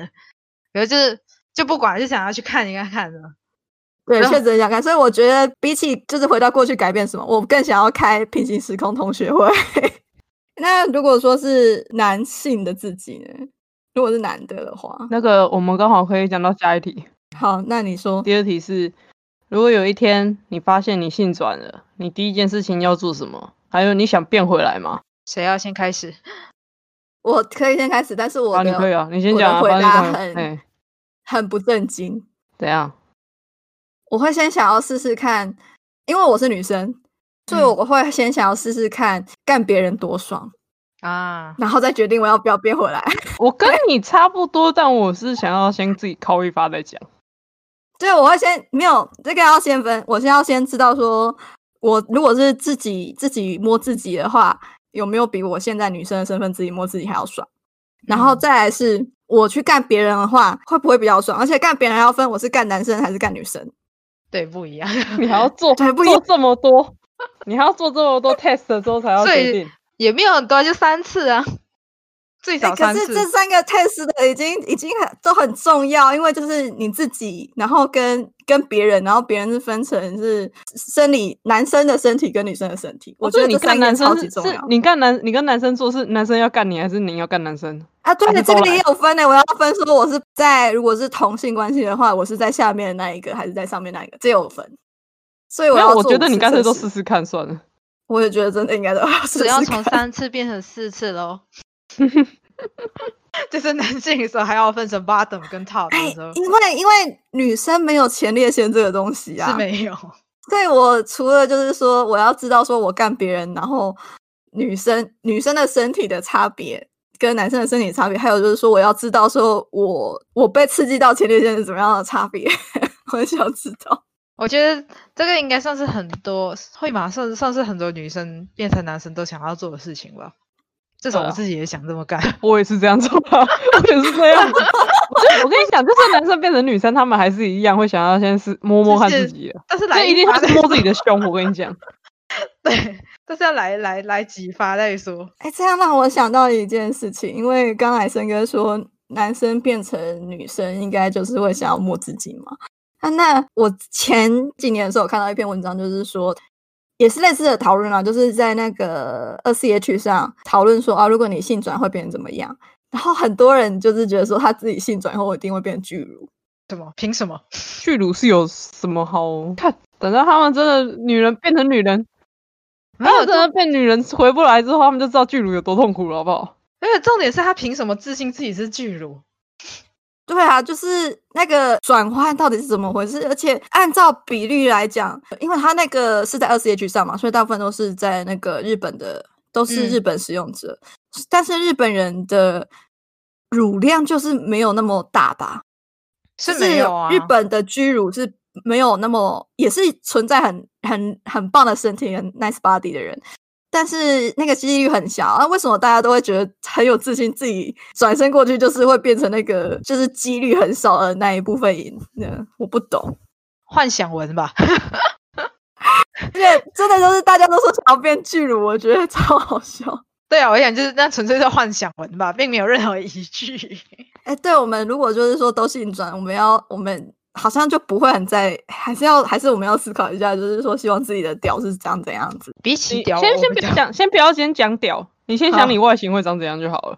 Speaker 3: 然后就是就不管，就想要去看一看看的。
Speaker 1: 对，
Speaker 3: 然后
Speaker 1: 确实很想看。所以我觉得，比起就是回到过去改变什么，我更想要开平行时空同学会。 那如果说是男性的自己呢？如果是男的的话，
Speaker 2: 那个，我们刚好可以讲到下一题。
Speaker 1: 好，那你说，
Speaker 2: 第二题是，如果有一天你发现你性转了，你第一件事情要做什么？还有你想变回来吗？
Speaker 3: 谁要先开始？
Speaker 1: 我可以先开始，但是我
Speaker 2: 啊，你
Speaker 1: 的
Speaker 2: 可以啊，你先
Speaker 1: 我的
Speaker 2: 讲啊，
Speaker 1: 回
Speaker 2: 反
Speaker 1: 答
Speaker 2: 正你
Speaker 1: 很
Speaker 2: 可以哎，
Speaker 1: 很不正经。
Speaker 2: 怎样？
Speaker 1: 我会先想要试试看，因为我是女生，所以
Speaker 3: 嗯
Speaker 1: 我会先想要试试看干别人多爽，
Speaker 3: 啊，
Speaker 1: 然后再决定我要不要变回来。
Speaker 2: 我跟你差不多，但我是想要先自己靠一发再讲。
Speaker 1: 对，我会先没有这个要先分，我先要先知道说，我如果是自己自己摸自己的话，有没有比我现在女生的身份自己摸自己还要爽？然后
Speaker 3: 嗯
Speaker 1: 再来是我去干别人的话，会不会比较爽？而且干别人还要分我是干男生还是干女生，
Speaker 3: 对，不一样。
Speaker 2: 你还要做
Speaker 1: 对不一
Speaker 2: 做这么多，你还要做这么多 test 之后才要
Speaker 3: 所
Speaker 2: 决
Speaker 3: 以
Speaker 2: 定。
Speaker 3: 也没有很多，就三次啊， 最
Speaker 1: 欸
Speaker 3: 少
Speaker 1: 可
Speaker 3: 三
Speaker 1: 是
Speaker 3: 次。
Speaker 1: 这三个 test 的已经已经很都很重要，因为就是你自己，然后跟跟别人，然后别人是分成是生理男生的身体跟女生的身体，我
Speaker 2: 不
Speaker 1: 觉得
Speaker 2: 是哦你
Speaker 1: 这
Speaker 2: 干
Speaker 1: 三个
Speaker 2: 男
Speaker 1: 超
Speaker 2: 生
Speaker 1: 级
Speaker 2: 是
Speaker 1: 重
Speaker 2: 是
Speaker 1: 要
Speaker 2: 你干男你跟男生做是男生要干你还是你要干男生？
Speaker 1: 啊。对
Speaker 2: 还是
Speaker 1: 这
Speaker 2: 都
Speaker 1: 个
Speaker 2: 来
Speaker 1: 也有分的、我要分说我是在如果是同性关系的话，我是在下面的那一个还是在上面那一个，这有分。所以我
Speaker 2: 没有，
Speaker 1: 要
Speaker 2: 我
Speaker 1: 做
Speaker 2: 觉得
Speaker 1: 五
Speaker 2: 你
Speaker 1: 次
Speaker 2: 干脆
Speaker 1: 测
Speaker 2: 都
Speaker 1: 试
Speaker 2: 试，试看算了。
Speaker 1: 我也觉得真的应该都要试
Speaker 3: 只要
Speaker 1: 试
Speaker 3: 从
Speaker 1: 看
Speaker 3: 三次变成四次喽。 就是男性的时候还要分成 bottom 跟 top
Speaker 1: 哎
Speaker 3: 的时候，
Speaker 1: 因为因为女生没有前列腺这个东西啊，
Speaker 3: 是没有。
Speaker 1: 对我除了就是说，我要知道说我干别人，然后女生女生的身体的差别跟男生的身体的差别，还有就是说我要知道说我我被刺激到前列腺是怎么样的差别， 我很想知道。
Speaker 3: 我觉得这个应该算是很多会马上算是很多女生变成男生都想要做的事情吧。至少
Speaker 2: 对
Speaker 3: 我
Speaker 2: 啊
Speaker 3: 自己也想这么干。
Speaker 2: 我也是这样做啊，我也是这 样子。我就我跟你讲，就算男生变成女生，他们还是一样会想要先是摸摸看
Speaker 3: 就是
Speaker 2: 自己的，
Speaker 3: 但是
Speaker 2: 就
Speaker 3: 来
Speaker 2: 一定
Speaker 3: 发
Speaker 2: 要
Speaker 3: 再
Speaker 2: 是摸自己的胸。我跟 你讲，
Speaker 3: 对，但是要来来来几发再说。
Speaker 1: 哎，这样让我想到一件事情，因为刚才森哥说男生变成女生应该就是会想要摸自己嘛。啊，那我前几年的时候有看到一篇文章，就是说也是类似的讨论啊，就是在那个二 C H 上讨论说啊，如果你性转会变成怎么样？然后很多人就是觉得说他自己性转后我一定会变巨乳，
Speaker 3: 什么？凭什么？
Speaker 2: 巨乳是有什么好看？等到他们真的女人变成女人，
Speaker 3: 没有
Speaker 2: 他们真的变女人回不来之后，他们就知道巨乳有多痛苦了，好不好？
Speaker 3: 而且重点是他凭什么自信自己是巨乳？
Speaker 1: 对啊，就是那个转换到底是怎么回事？而且按照比率来讲，因为它那个是在二十 H 上嘛，所以大部分都是在那个日本的，都是日
Speaker 3: 嗯
Speaker 1: 本使用者。但是日本人的乳量就是没有那么大吧？
Speaker 3: 是
Speaker 1: 就
Speaker 3: 没有啊。
Speaker 1: 日本的居乳是没有那么，也是存在很很很棒的身体、很 nice body 的人。但是那个几率很小啊！为什么大家都会觉得很有自信，自己转身过去就是会变成那个就是几率很少的那一部分赢呢？我不懂，
Speaker 3: 幻想文吧。
Speaker 1: 而且真的就是大家都说想要变巨乳，我觉得超好笑。
Speaker 3: 对啊，我想就是那纯粹是幻想文吧，并没有任何依据。
Speaker 1: 哎，对我们如果就是说都性转，我们要我们好像就不会很在，还是要还是我们要思考一下，就是说希望自己的屌是长怎样子。
Speaker 3: 比起
Speaker 2: 你
Speaker 1: 哦
Speaker 3: 屌，
Speaker 2: 先
Speaker 3: 我
Speaker 2: 先
Speaker 3: 比
Speaker 2: 别
Speaker 3: 较
Speaker 2: 讲，先不要先讲屌，你先
Speaker 3: 好
Speaker 2: 想你外形会长怎样就好了。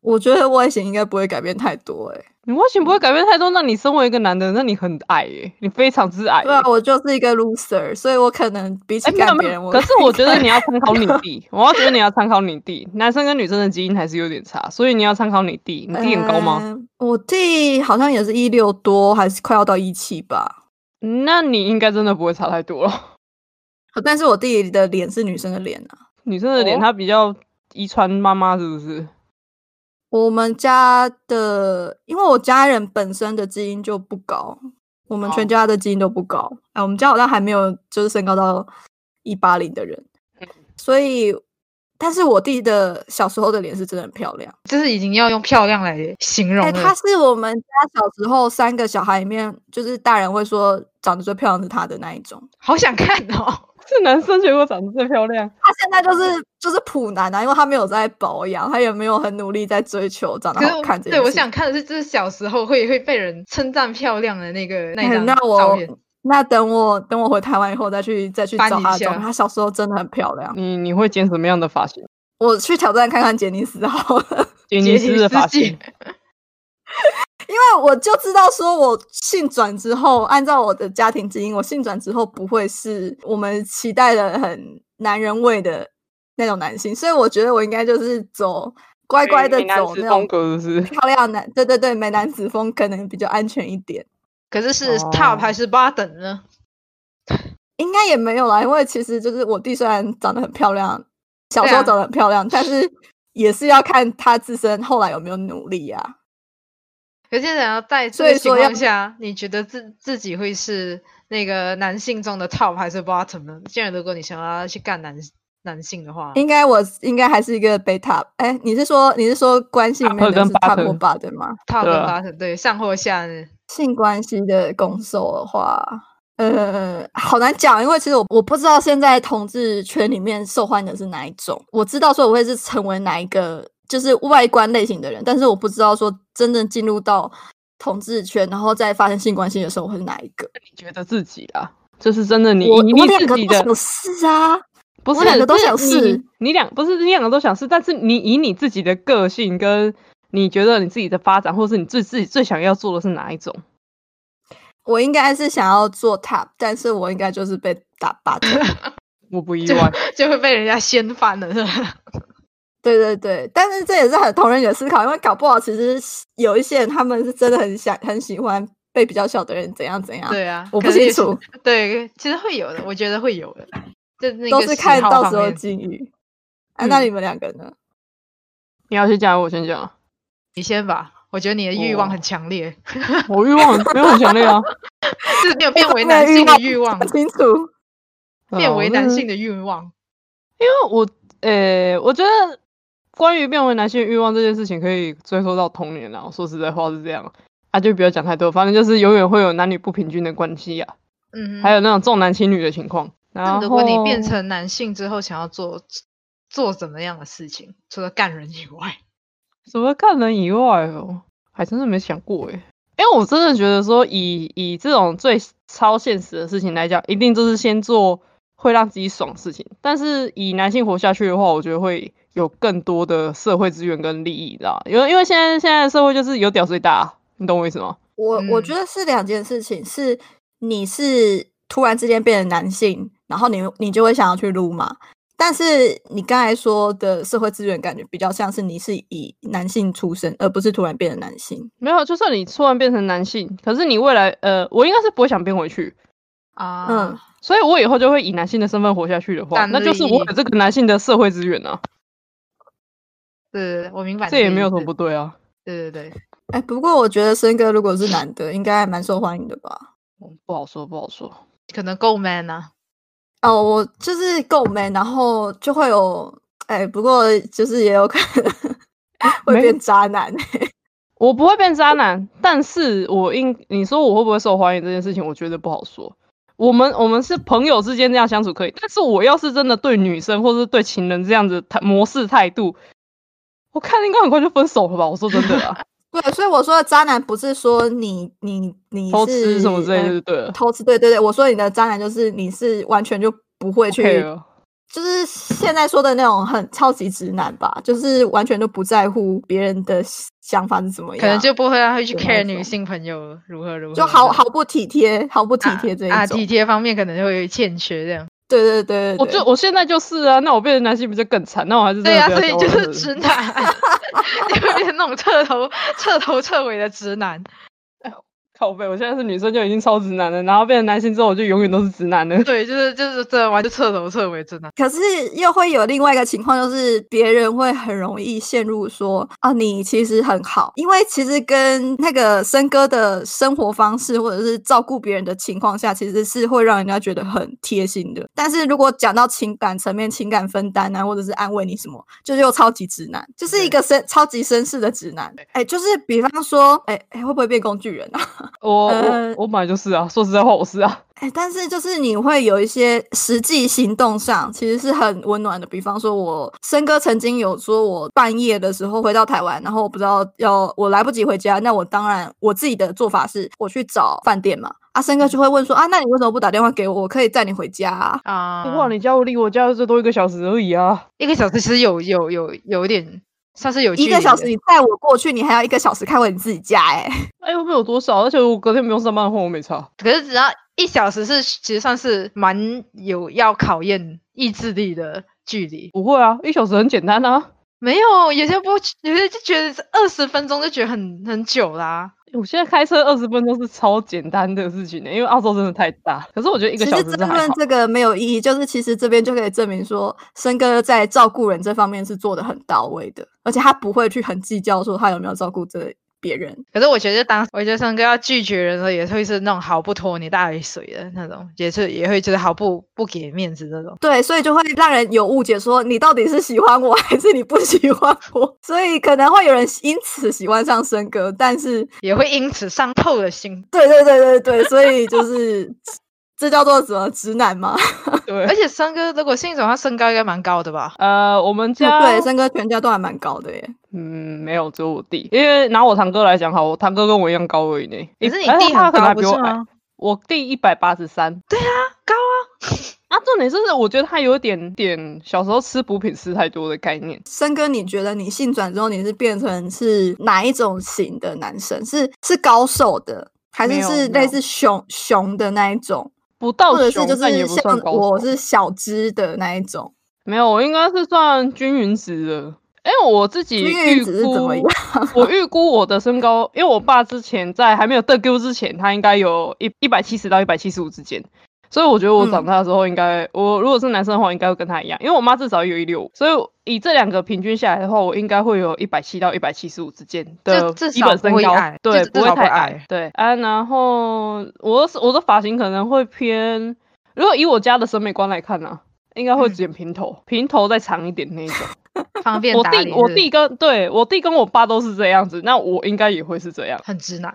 Speaker 1: 我觉得外形应该不会改变太多、欸，
Speaker 2: 你外形不会改变太多，那你身为一个男的，那你很矮耶、你非常之矮耶、
Speaker 1: 对啊，我就是一个 loser，所以我可能比起
Speaker 2: 哎，没有
Speaker 1: 干
Speaker 2: 没
Speaker 1: 别人，
Speaker 2: 有，
Speaker 1: 我
Speaker 2: 可是我觉得你要参考 你弟，我要觉得你要参考你弟，男生跟女生的基因还是有点差，所以你要参考你弟。你弟很高吗？
Speaker 1: 嗯我弟好像也是一六多，还是快要到一七吧。嗯
Speaker 2: 那你应该真的不会差太多了。
Speaker 1: 但是我弟的脸是女生的脸啊。
Speaker 2: 女生的脸
Speaker 3: 哦
Speaker 2: 她比较遗传妈妈，是不是？
Speaker 1: 我们家的，因为我家人本身的基因就不高，我们全
Speaker 2: 哦
Speaker 1: 家的基因都不高。哎、我们家好像还没有就是身高到一八零的人，
Speaker 2: 嗯
Speaker 1: 所以，但是我弟的小时候的脸是真的很漂亮。
Speaker 3: 就是已经要用漂亮来形容
Speaker 1: 哎、
Speaker 3: 了。
Speaker 1: 她是我们家小时候三个小孩里面，就是大人会说长得最漂亮是她的那一种。
Speaker 3: 好想看哦。
Speaker 2: 这男生结果长得最漂亮，
Speaker 1: 她现在就是就是普男啊，因为她没有在保养，她也没有很努力在追求长
Speaker 3: 可
Speaker 1: 得
Speaker 3: 是
Speaker 1: 好
Speaker 3: 我
Speaker 1: 看这件
Speaker 3: 对我
Speaker 1: 事
Speaker 3: 想看的是，就是小时候会会被人称赞漂亮的那个那一
Speaker 1: 哎
Speaker 3: 张
Speaker 1: 那
Speaker 3: 照
Speaker 1: 我
Speaker 3: 片。
Speaker 1: 那等我等我回台湾以后再去再去
Speaker 3: 翻
Speaker 1: 找
Speaker 3: 一
Speaker 1: 她的照
Speaker 3: 下
Speaker 1: 片，她小时候真的很漂亮。
Speaker 2: 你你会剪什么样的发型？
Speaker 1: 我去挑战看看杰尼斯好了，
Speaker 2: 剪尼
Speaker 3: 杰 尼
Speaker 2: 斯的
Speaker 3: 斯
Speaker 2: 发
Speaker 3: 界
Speaker 2: 型，
Speaker 1: 因为我就知道说，我性转之后，按照我的家庭基因，我性转之后不会是我们期待的很男人味的那种男性，所以我觉得我应该就是走乖乖的
Speaker 2: 美男
Speaker 1: 走
Speaker 2: 子
Speaker 1: 那
Speaker 2: 风
Speaker 1: 种
Speaker 2: 格是不是？
Speaker 1: 漂亮男，对对对，美男子风可能比较安全一点。
Speaker 3: 可是是
Speaker 2: 哦
Speaker 3: top 还是 bottom 呢？
Speaker 1: 应该也没有啦，因为其实就是我弟虽然长得很漂亮，小时
Speaker 3: 对
Speaker 1: 候
Speaker 3: 啊
Speaker 1: 长得很漂亮，但是也是要看他自身后来有没有努力啊。
Speaker 3: 可是然后在这
Speaker 1: 所以
Speaker 3: 个情
Speaker 1: 说要
Speaker 3: 况下，你觉得自自己会是那个男性中的 top 还是 bottom 呢？既然如果你想要去干男男性的话，
Speaker 1: 应该我应该还是一个 beta，哎，你是说你是说关系里
Speaker 2: Upper
Speaker 1: 面的
Speaker 2: 跟
Speaker 1: 是 top
Speaker 2: bottom
Speaker 1: 或 bottom 吗？
Speaker 3: top
Speaker 2: 对
Speaker 3: 跟
Speaker 2: 啊
Speaker 3: bottom 对上或下呢？
Speaker 1: 性关系的攻受的话，呃，好难讲，因为其实我我不知道现在同志圈里面受欢迎的是哪一种。我知道说我会是成为哪一个就是外观类型的人，但是我不知道说真正进入到同志圈，然后再发生性关系的时候我会是哪一个。
Speaker 2: 你觉得自己啦，就是真的你
Speaker 1: 我
Speaker 2: 你
Speaker 1: 我
Speaker 2: 你
Speaker 1: 两
Speaker 2: 自
Speaker 1: 个
Speaker 2: 己
Speaker 1: 都
Speaker 2: 的
Speaker 1: 想试啊，
Speaker 2: 不
Speaker 1: 我
Speaker 2: 是
Speaker 1: 两个都
Speaker 2: 是
Speaker 1: 想
Speaker 2: 你
Speaker 1: 试
Speaker 2: 你两不是你两个都想试，但是你以你自己的个性跟你觉得你自己的发展，或是你最自己最想要做的是哪一种？
Speaker 1: 我应该是想要做 top，但是我应该就是被打巴掌。
Speaker 2: 我不意
Speaker 3: 就
Speaker 2: 外，
Speaker 3: 就会被人家掀翻了，是吧？
Speaker 1: 对对对，但是这也是很同人的思考，因为搞不好其实有一些人他们是真的很想很喜欢被比较小的人怎样怎样，
Speaker 3: 对啊，
Speaker 1: 我不
Speaker 3: 可能
Speaker 1: 清
Speaker 3: 也是
Speaker 1: 楚，
Speaker 3: 对，其实会有的，我觉得会有的。就那
Speaker 1: 都
Speaker 3: 个
Speaker 1: 是
Speaker 3: 喜
Speaker 1: 看
Speaker 3: 好
Speaker 1: 到
Speaker 3: 方
Speaker 1: 时候
Speaker 3: 面
Speaker 1: 境遇。啊，那
Speaker 3: 嗯
Speaker 1: 你们两个呢？
Speaker 2: 你要先讲，我先讲啊。
Speaker 3: 你先吧，我觉得你的欲望
Speaker 1: 哦
Speaker 2: 我
Speaker 3: 很强烈，
Speaker 2: 我欲望没有很强 烈啊，
Speaker 3: 就是没有变
Speaker 1: 都
Speaker 3: 为
Speaker 1: 没有
Speaker 3: 男性的 欲望
Speaker 1: 很，清 楚，
Speaker 2: 对啊
Speaker 3: 变为男，性
Speaker 2: 我
Speaker 3: 的欲望。
Speaker 2: 就是我呃，我觉得关于变为男性的欲望这件事情，可以追溯到童年啊。我说实在话是这样，啊，就不要讲太多，反正就是永远会有男女不平均的关系啊，
Speaker 3: 嗯哼，
Speaker 2: 还有那种重男轻女的情况。然
Speaker 3: 那
Speaker 2: 后
Speaker 3: 如果你变成男性之后，想要做做怎么样的事情，除了干人以外，
Speaker 2: 除了干人以外哦，还真的没想过诶。因为我真的觉得说以，以这种最超现实的事情来讲，一定就是先做会让自己爽的事情。但是以男性活下去的话，我觉得会有更多的社会资源跟利益，你知道吗因为因为现在现在的社会就是有屌最大，啊你懂我意思吗？
Speaker 1: 我我觉
Speaker 3: 嗯
Speaker 1: 得是两件事情，是你是突然之间变成男性，然后你你就会想要去撸嘛。但是你刚才说的社会资源，感觉比较像是你是以男性出身，而不是突然变成男性。
Speaker 2: 没有，就算你突然变成男性，可是你未来呃，我应该是不会想变回去，
Speaker 3: 啊，
Speaker 1: 嗯，
Speaker 2: 所以我以后就会以男性的身份活下去的话，
Speaker 3: 但
Speaker 2: 那就是
Speaker 3: 利益
Speaker 2: 我有这个男性的社会资源啊，
Speaker 3: 对，我明白你
Speaker 2: 这
Speaker 3: 的意思。
Speaker 2: 也没有什么不对啊。
Speaker 3: 对对对，
Speaker 1: 哎，不过我觉得森哥如果是男的，应该还蛮受欢迎的吧？
Speaker 2: 嗯不好说，不好说。
Speaker 3: 可能够 man 啊，
Speaker 1: 哦，我就是够 man，然后就会有哎，不过就是也有可能 会
Speaker 2: 没
Speaker 1: 变渣男。
Speaker 2: 我不会变渣男，但是我应你说我会不会受欢迎这件事情，我觉得不好说。我们我们是朋友之间这样相处可以，但是我要是真的对女生或是对情人这样子态模式态度，我看应该很快就分手了吧？我说真的 啊，
Speaker 1: 对，所以我说的渣男不是说你你你
Speaker 2: 偷吃什么
Speaker 1: 是
Speaker 2: 之类
Speaker 1: 呃
Speaker 2: 的就对了。
Speaker 1: 偷吃，对对对，我说你的渣男就是你是完全就不会去
Speaker 2: OK 了，
Speaker 1: 就是现在说的那种很超级直男吧，就是完全都不在乎别人的想法是怎么样，
Speaker 3: 可能就不会让他去
Speaker 1: 有那
Speaker 3: care
Speaker 1: 种
Speaker 3: 女性朋友如何
Speaker 1: 啊
Speaker 3: 如何，
Speaker 1: 就毫毫不体贴，毫不体
Speaker 3: 啊
Speaker 1: 贴这一种。
Speaker 3: 啊，体贴方面可能会欠缺这样。
Speaker 1: 对对对对
Speaker 2: 我
Speaker 1: 对
Speaker 2: 就我现在就是啊，那我变成男性不就更惨？那我还是真
Speaker 3: 对
Speaker 2: 的
Speaker 3: 呀、
Speaker 2: 不要
Speaker 3: 所以
Speaker 2: 交
Speaker 3: 就
Speaker 2: 往
Speaker 3: 是
Speaker 2: 了
Speaker 3: 直男， 就会变成那种彻头彻头彻尾的直男。
Speaker 2: 靠背。我现在是女生就已经超直男了，然后变成男性之后我就永远都是直男了。
Speaker 3: 对，就是就是这完就彻头彻尾直男。
Speaker 1: 可是又会有另外一个情况，就是别人会很容易陷入说啊，你其实很好，因为其实跟那个森哥的生活方式或者是照顾别人的情况下，其实是会让人家觉得很贴心的。但是如果讲到情感层面、情感分担啊，或者是安慰你什么，就是又超级直男，就是一
Speaker 3: 对
Speaker 1: 个绅超级绅士的直男。哎，就是比方说，哎哎，会不会变工具人啊？
Speaker 2: 我
Speaker 1: 呃
Speaker 2: 我我本来就是啊，说实在话我是啊。
Speaker 1: 哎，但是就是你会有一些实际行动上其实是很温暖的，比方说我森哥曾经有说，我半夜的时候回到台湾，然后我不知道要我来不及回家，那我当然我自己的做法是我去找饭店嘛。啊，森哥就会问说啊，那你为什么不打电话给我？我可以载你回家、啊。
Speaker 3: 啊、
Speaker 2: 哇，你家我离我家最多一个小时而已啊！
Speaker 3: 一个小时其实有有有有一点算是有
Speaker 1: 一
Speaker 3: 距
Speaker 1: 个
Speaker 3: 离
Speaker 1: 小
Speaker 3: 的
Speaker 1: 时你载我过去，你还要一个小时开回你自己家、哎，
Speaker 2: 哎，又没有多少，而且我隔天不用上班的话，我没差。
Speaker 3: 可是只要一小时是，其实算是蛮有要考验意志力的距离。
Speaker 2: 不会啊，一小时很简单啊。
Speaker 3: 没有，有些不，有些就觉得二十分钟就觉得很很久啦。
Speaker 2: 哎我现在开车二十分钟是超简单的事情呢、因为澳洲真的太大。可是我觉得一
Speaker 1: 其
Speaker 2: 个小
Speaker 1: 实
Speaker 2: 时是
Speaker 1: 争
Speaker 2: 还
Speaker 1: 论
Speaker 2: 好。
Speaker 1: 这个没有意义，就是其实这边就可以证明说，森哥在照顾人这方面是做的很到位的，而且他不会去很计较说他有没有照顾这别人。
Speaker 3: 可是我觉得当，我觉得三哥要拒绝人的时候，也会是那种毫不拖泥带水的那种，也是也会觉得毫不不给面子那种。
Speaker 1: 对，所以就会让人有误解，说你到底是喜欢我 还是你不喜欢我？所以可能会有人因此喜欢上森哥，但是。
Speaker 3: 也会因此伤透了心
Speaker 1: 对对对对对，所以就是 这叫做什么直男吗？
Speaker 2: 啊对
Speaker 3: 而，且三哥如果是一种，他身高应该蛮高的吧？
Speaker 2: 呃，我们家
Speaker 1: 对，森哥全家都还蛮高的耶。
Speaker 2: 嗯没有，只有我弟。因为拿我堂哥来讲，好，我堂哥跟我一样高而已呢。
Speaker 3: 可
Speaker 2: 一
Speaker 3: 是你
Speaker 2: 而且
Speaker 3: 弟
Speaker 2: 他
Speaker 3: 很
Speaker 2: 可能
Speaker 3: 高
Speaker 2: 还
Speaker 3: 不
Speaker 2: 比
Speaker 3: 是
Speaker 2: 我矮。
Speaker 3: 吗？
Speaker 2: 我弟一百八十三。对啊，
Speaker 3: 高
Speaker 2: 啊。 啊，重点就是我觉得他有一点点小时候吃补品吃太多的概念。
Speaker 1: 森哥，你觉得你性转之后你是变成是哪一种型的男生？是是高瘦的，还
Speaker 2: 没
Speaker 1: 是
Speaker 2: 有
Speaker 1: 是
Speaker 2: 没
Speaker 1: 类
Speaker 2: 有
Speaker 1: 似熊熊的那一种，
Speaker 2: 不到
Speaker 1: 或者
Speaker 2: 熊，
Speaker 1: 是就
Speaker 2: 但也
Speaker 1: 是
Speaker 2: 不算
Speaker 1: 像
Speaker 2: 高
Speaker 1: 我
Speaker 2: 手
Speaker 1: 是小只的那一种？
Speaker 2: 没有，我应该是算均匀值的。因为我自己
Speaker 1: 均
Speaker 2: 预
Speaker 1: 匀值是怎
Speaker 2: 估
Speaker 1: 么，
Speaker 2: 我预估我的身高，因为我爸之前在还没有得 Q 之前，他应该有一一百七十到一百七十五之间，所以我觉得我长
Speaker 1: 嗯
Speaker 2: 大的时候应该，我如果是男生的话，应该会跟他一样，因为我妈至少有一六，所以以这两个平均下来的话，我应该会有一百七到一百七十五之间的
Speaker 3: 就至
Speaker 2: 基本
Speaker 3: 少
Speaker 2: 身
Speaker 3: 不会
Speaker 2: 高
Speaker 3: 矮，
Speaker 2: 对
Speaker 3: 就，
Speaker 2: 不
Speaker 3: 至
Speaker 2: 会
Speaker 3: 少不
Speaker 2: 太
Speaker 3: 会
Speaker 2: 矮
Speaker 3: 矮，
Speaker 2: 对啊，然后我的我的发型可能会偏，如果以我家的审美观来看呢、啊应该会
Speaker 3: 嗯
Speaker 2: 剪平头，平头再长一点那一 种。
Speaker 3: 方便
Speaker 2: 我
Speaker 3: 打
Speaker 2: 弟
Speaker 3: 理
Speaker 2: 我
Speaker 3: 是
Speaker 2: 弟跟对我弟跟我爸都是这样子，那我应该也会是这样。
Speaker 3: 很直男，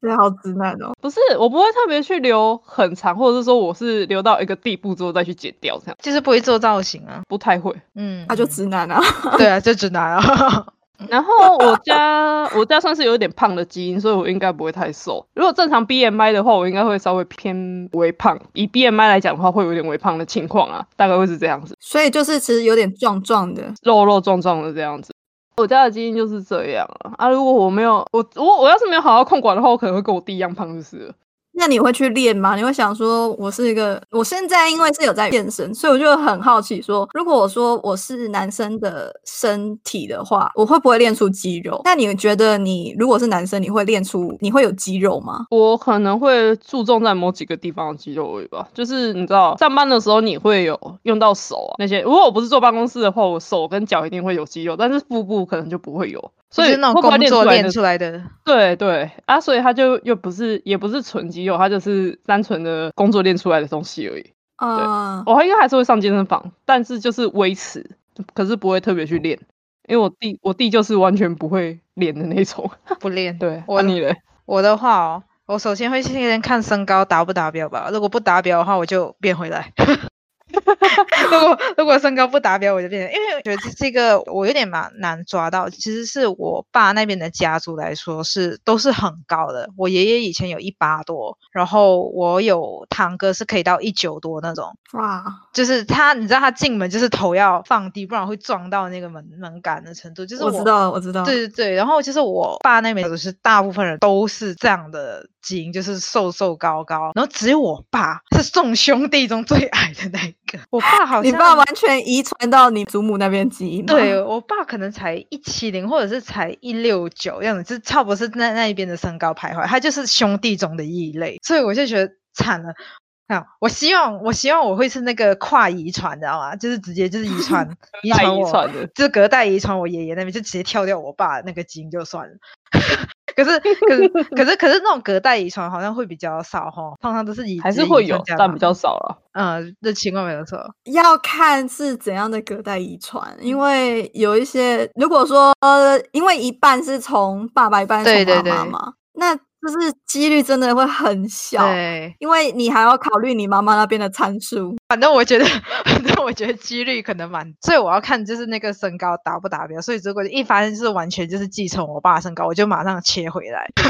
Speaker 1: 对，好直男哦。
Speaker 2: 不是，我不会特别去留很长，或者是说我是留到一个地步之后再去剪掉，这样
Speaker 3: 就是不会做造型啊。
Speaker 2: 不太会。
Speaker 3: 嗯，
Speaker 1: 他就直男啊，
Speaker 3: 对啊，就直男啊。
Speaker 2: 然后我家我家算是有点胖的基因，所以我应该不会太瘦。如果正常 BMI 的话，我应该会稍微偏微胖。以 BMI 来讲的话，会有点微胖的情况啊，大概会是这样子，
Speaker 1: 所以就是其实有点壮壮的。
Speaker 2: 肉肉壮壮的这样子。我家的基因就是这样啊。啊，如果我没有我我我要是没有好好控管的话，我可能会跟我弟一样胖就是了。
Speaker 1: 那你会去练吗？你会想说，我是一个，我现在因为是有在健身，所以我就很好奇说，如果我说我是男生的身体的话，我会不会练出肌肉？那你觉得你如果是男生，你会练出，你会有肌肉吗？
Speaker 2: 我可能会注重在某几个地方的肌肉而已吧，就是你知道，上班的时候你会有用到手啊那些。如果我不是坐办公室的话，我手跟脚一定会有肌肉，但是腹部可能就不会有。所
Speaker 3: 就
Speaker 2: 以
Speaker 3: 是那
Speaker 2: 会
Speaker 3: 种
Speaker 2: 不会
Speaker 3: 工作
Speaker 2: 练
Speaker 3: 练
Speaker 2: 出
Speaker 3: 出
Speaker 2: 来
Speaker 3: 来的，
Speaker 2: 的？对对啊，所以它就又不是也不是纯肌肉，它就是单纯的工作练出来的东西而已。
Speaker 1: 啊、
Speaker 2: 我还应该还是会上健身房，但是就是维持，可是不会特别去练，因为我弟我弟就是完全不会练的那种。
Speaker 3: 不练。
Speaker 2: 对，
Speaker 3: 我
Speaker 2: 啊、你嘞？
Speaker 3: 我的话哦，我首先会先看身高达不达标吧。如果不达标的话，我就变回来。 如果如果身高不达标，我就变成，因为我觉得这这个我有点蛮难抓到。其实是我爸那边的家族来说是都是很高的，我爷爷以前有一八多，然后我有堂哥是可以到一九多那种。
Speaker 1: 哇，
Speaker 3: 就是他，你知道他进门就是头要放低，不然会撞到那个门门杆的程度。就是
Speaker 1: 我
Speaker 3: 我
Speaker 1: 知道，我知道，
Speaker 3: 对对对，然后就是我爸那边就是大部分人都是这样的基因，就是瘦瘦高高，然后只有我爸是众兄弟中最矮的那一个。我爸好像
Speaker 1: 你爸完全遗传到你祖母那边基因吗，
Speaker 3: 对我爸可能才一七零，或者是才一六九样子，就是差不多是那那一边的身高徘徊。他就是兄弟中的异类，所以我就觉得惨了。啊，我希望我希望我会是那个跨遗传，知道吗？就是直接就是遗传遗
Speaker 2: 太
Speaker 3: 传
Speaker 2: 遗
Speaker 3: 我
Speaker 2: 传的。
Speaker 3: 就隔代遗传我爷爷那边，就直接跳掉我爸那个基因就算了。 可是可是可是可是那种隔代遗传好像会比较少哈，通常都是以
Speaker 2: 还
Speaker 3: 直
Speaker 2: 是
Speaker 3: 接
Speaker 2: 会
Speaker 3: 遗传
Speaker 2: 有，
Speaker 3: 下
Speaker 2: 但
Speaker 3: 来
Speaker 2: 比较少了。
Speaker 3: 嗯，这情况没有错。
Speaker 1: 要看是怎样的隔代遗传，
Speaker 3: 嗯
Speaker 1: 因为有一些，如果说因为一半是从爸爸，一半
Speaker 3: 对
Speaker 1: 是
Speaker 3: 对
Speaker 1: 从妈妈
Speaker 3: 对
Speaker 1: 嘛，那就是几率真的会很小，
Speaker 3: 对，
Speaker 1: 因为你还要考虑你妈妈那边的参数。
Speaker 3: 反正我觉得， 反正我觉得几率可能蛮，所以我要看就是那个身高达不达标。所以如果一发现是完全就是继承我爸的身高，我就马上切回来。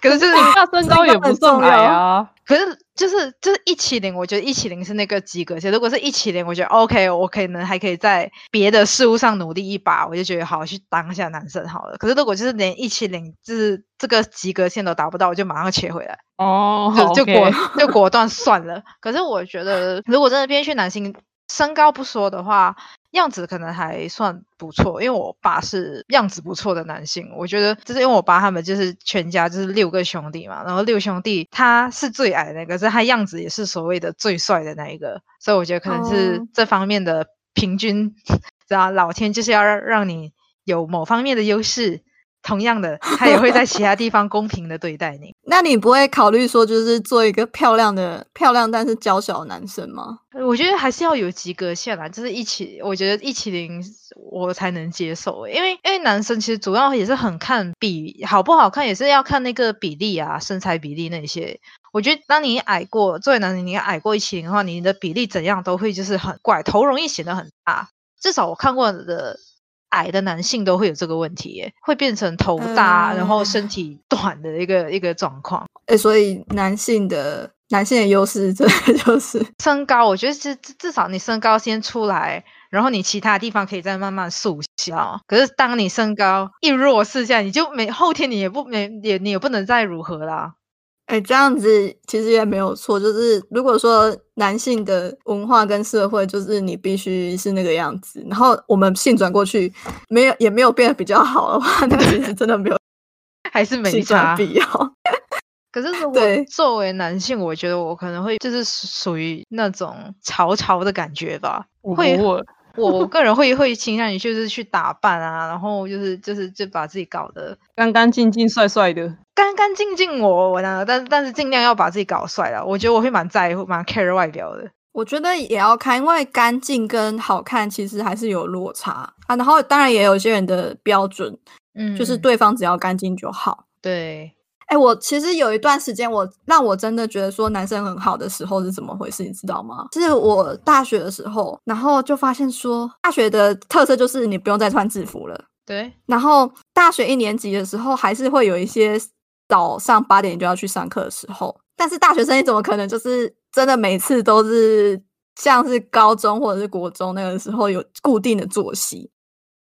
Speaker 3: 可是就是
Speaker 2: 你爸身高也不算矮啊，
Speaker 3: 可是就是就是一七零，我觉得一七零是那个及格线。如果是一七零，我觉得 OK，我可能还可以在别的事物上努力一把，我就觉得好去当一下男生好了。可是如果就是连一七零，就是这个及格线都达不到，我就马上切回来，
Speaker 2: 哦，好
Speaker 3: 就就
Speaker 2: OK
Speaker 3: 果就果断算了。可是我觉得，如果真的偏去男性，身高不说的话，样子可能还算不错，因为我爸是样子不错的男性，我觉得就是因为我爸他们就是全家就是六个兄弟嘛，然后六兄弟他是最矮的那个，是他样子也是所谓的最帅的那一个，所以我觉得可能是
Speaker 1: 哦
Speaker 3: 这方面的平均，知道老天就是要让让你有某方面的优势，同样的他也会在其他地方公平的对待你。
Speaker 1: 那你不会考虑说，就是做一个漂亮的、漂亮但是娇小的男生吗？
Speaker 3: 我觉得还是要有及格线啦，就是一起，我觉得一起零我才能接受欸，因为因为男生其实主要也是很看比好不好看，也是要看那个比例啊、身材比例那些。我觉得当你矮过作为男人，你矮过一七零的话，你的比例怎样都会就是很怪，头容易显得很大。至少我看过的矮的男性都会有这个问题耶，会变成头大，然后
Speaker 1: 嗯
Speaker 3: 身体短的一个一个状况。
Speaker 1: 哎、所以男性的男性的优势，真的 就是
Speaker 3: 身高，我觉得至至至少你身高先出来，然后你其他地方可以再慢慢塑形。可是当你身高一弱势下，你就没后天你也不没也你也不能再如何啦。
Speaker 1: 哎、这样子其实也没有错。就是如果说男性的文化跟社会，就是你必须是那个样子，然后我们性转过去，没有也没有变得比较好的话， 那其实真的没有
Speaker 3: 还是没
Speaker 1: 性
Speaker 3: 差
Speaker 1: 转，必要。
Speaker 3: 可是如果
Speaker 1: 对
Speaker 3: 作为男性，我觉得我可能会就是属属于那种潮潮的感觉吧。
Speaker 2: 我不
Speaker 3: 会
Speaker 2: 会，
Speaker 3: 我我个人会会倾向于就是去打扮啊，然后就是就是就把自己搞得
Speaker 2: 干干净净、帅帅的。
Speaker 3: 干干净净我。我呢，但但是尽量要把自己搞帅了。我觉得我会蛮在乎蛮 care 外表的。
Speaker 1: 我觉得也要看，因为干净跟好看其实还是有落差啊。然后当然也有一些人的标准，
Speaker 3: 嗯，
Speaker 1: 就是对方只要干净就好。
Speaker 3: 对，
Speaker 1: 哎、我其实有一段时间我，让我真的觉得说男生很好的时候是怎么回事，你知道吗？是我大学的时候，然后就发现说，大学的特色就是你不用再穿制服了。
Speaker 3: 对，
Speaker 1: 然后大学一年级的时候，还是会有一些早上八点就要去上课的时候，但是大学生你怎么可能就是真的每次都是像是高中或者是国中那个时候有固定的作息，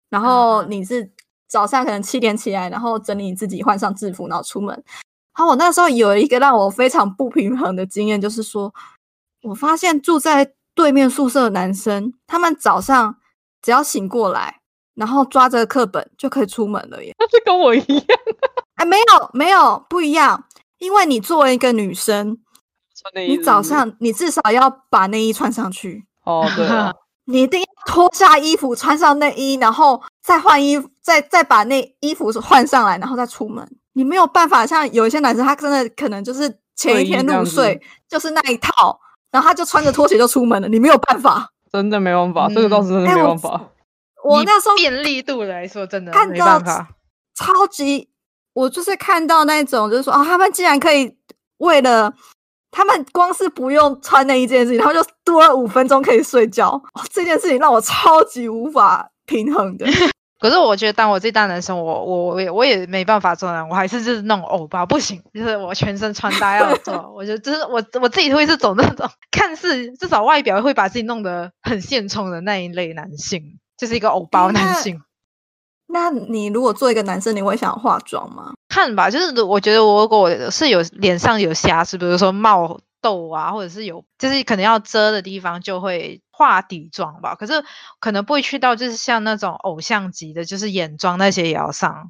Speaker 1: 然后
Speaker 3: 嗯
Speaker 1: 你是早上可能七点起来，然后整理你自己，换上制服，然后出门。然后我那时候有一个让我非常不平衡的经验，就是说，我发现住在对面宿舍的男生，他们早上只要醒过来，然后抓着课本就可以出门了耶。
Speaker 2: 那就跟我一样，
Speaker 1: 哎，没有没有不一样，因为你作为一个女生，
Speaker 2: 穿内衣
Speaker 1: 你
Speaker 2: 是
Speaker 1: 早
Speaker 2: 不是
Speaker 1: 上你至少要把内衣穿上去，
Speaker 2: 哦，对 啊，
Speaker 1: 你一定要脱下衣服穿上内衣，然后再换衣服，再再把那衣服换上来，然后再出门。你没有办法像有一些男生，他真的可能就是前
Speaker 2: 睡
Speaker 1: 一
Speaker 2: 衣
Speaker 1: 天
Speaker 2: 这
Speaker 1: 入
Speaker 2: 样子
Speaker 1: 睡就是那一套，然后他就穿着拖鞋就出门了，你没有办法。
Speaker 2: 真的没办法，这个倒是真的
Speaker 1: 哎
Speaker 2: 没
Speaker 1: 我
Speaker 2: 办法。
Speaker 1: 我
Speaker 3: 以
Speaker 1: 那时候
Speaker 3: 便利度来说，真的
Speaker 1: 看
Speaker 3: 没
Speaker 1: 到
Speaker 3: 办法。
Speaker 1: 超级，我就是看到那种，就是说啊，他们竟然可以为了他们光是不用穿内衣这件事情，他们就多了五分钟可以睡觉，哦这件事情让我超级无法平衡 的。
Speaker 3: 可是我觉得，当我自己当男生，我我我也我也没办法做男，我还是就是那种欧巴不行，就是我全身穿搭要 做。我觉得就是我我自己会是走那种看似至少外表会把自己弄得很现充的那一类男性，就是一个欧巴
Speaker 1: 嗯
Speaker 3: 男
Speaker 1: 那
Speaker 3: 性。
Speaker 1: 那你如果做一个男生，你会想化妆吗？
Speaker 3: 看吧，就是我觉得我如果我是有脸上有瑕疵，比如说冒痘啊，或者是有就是可能要遮的地方，就会画底妆吧。可是可能不会去到就是像那种偶像级的，就是眼妆那些也要上。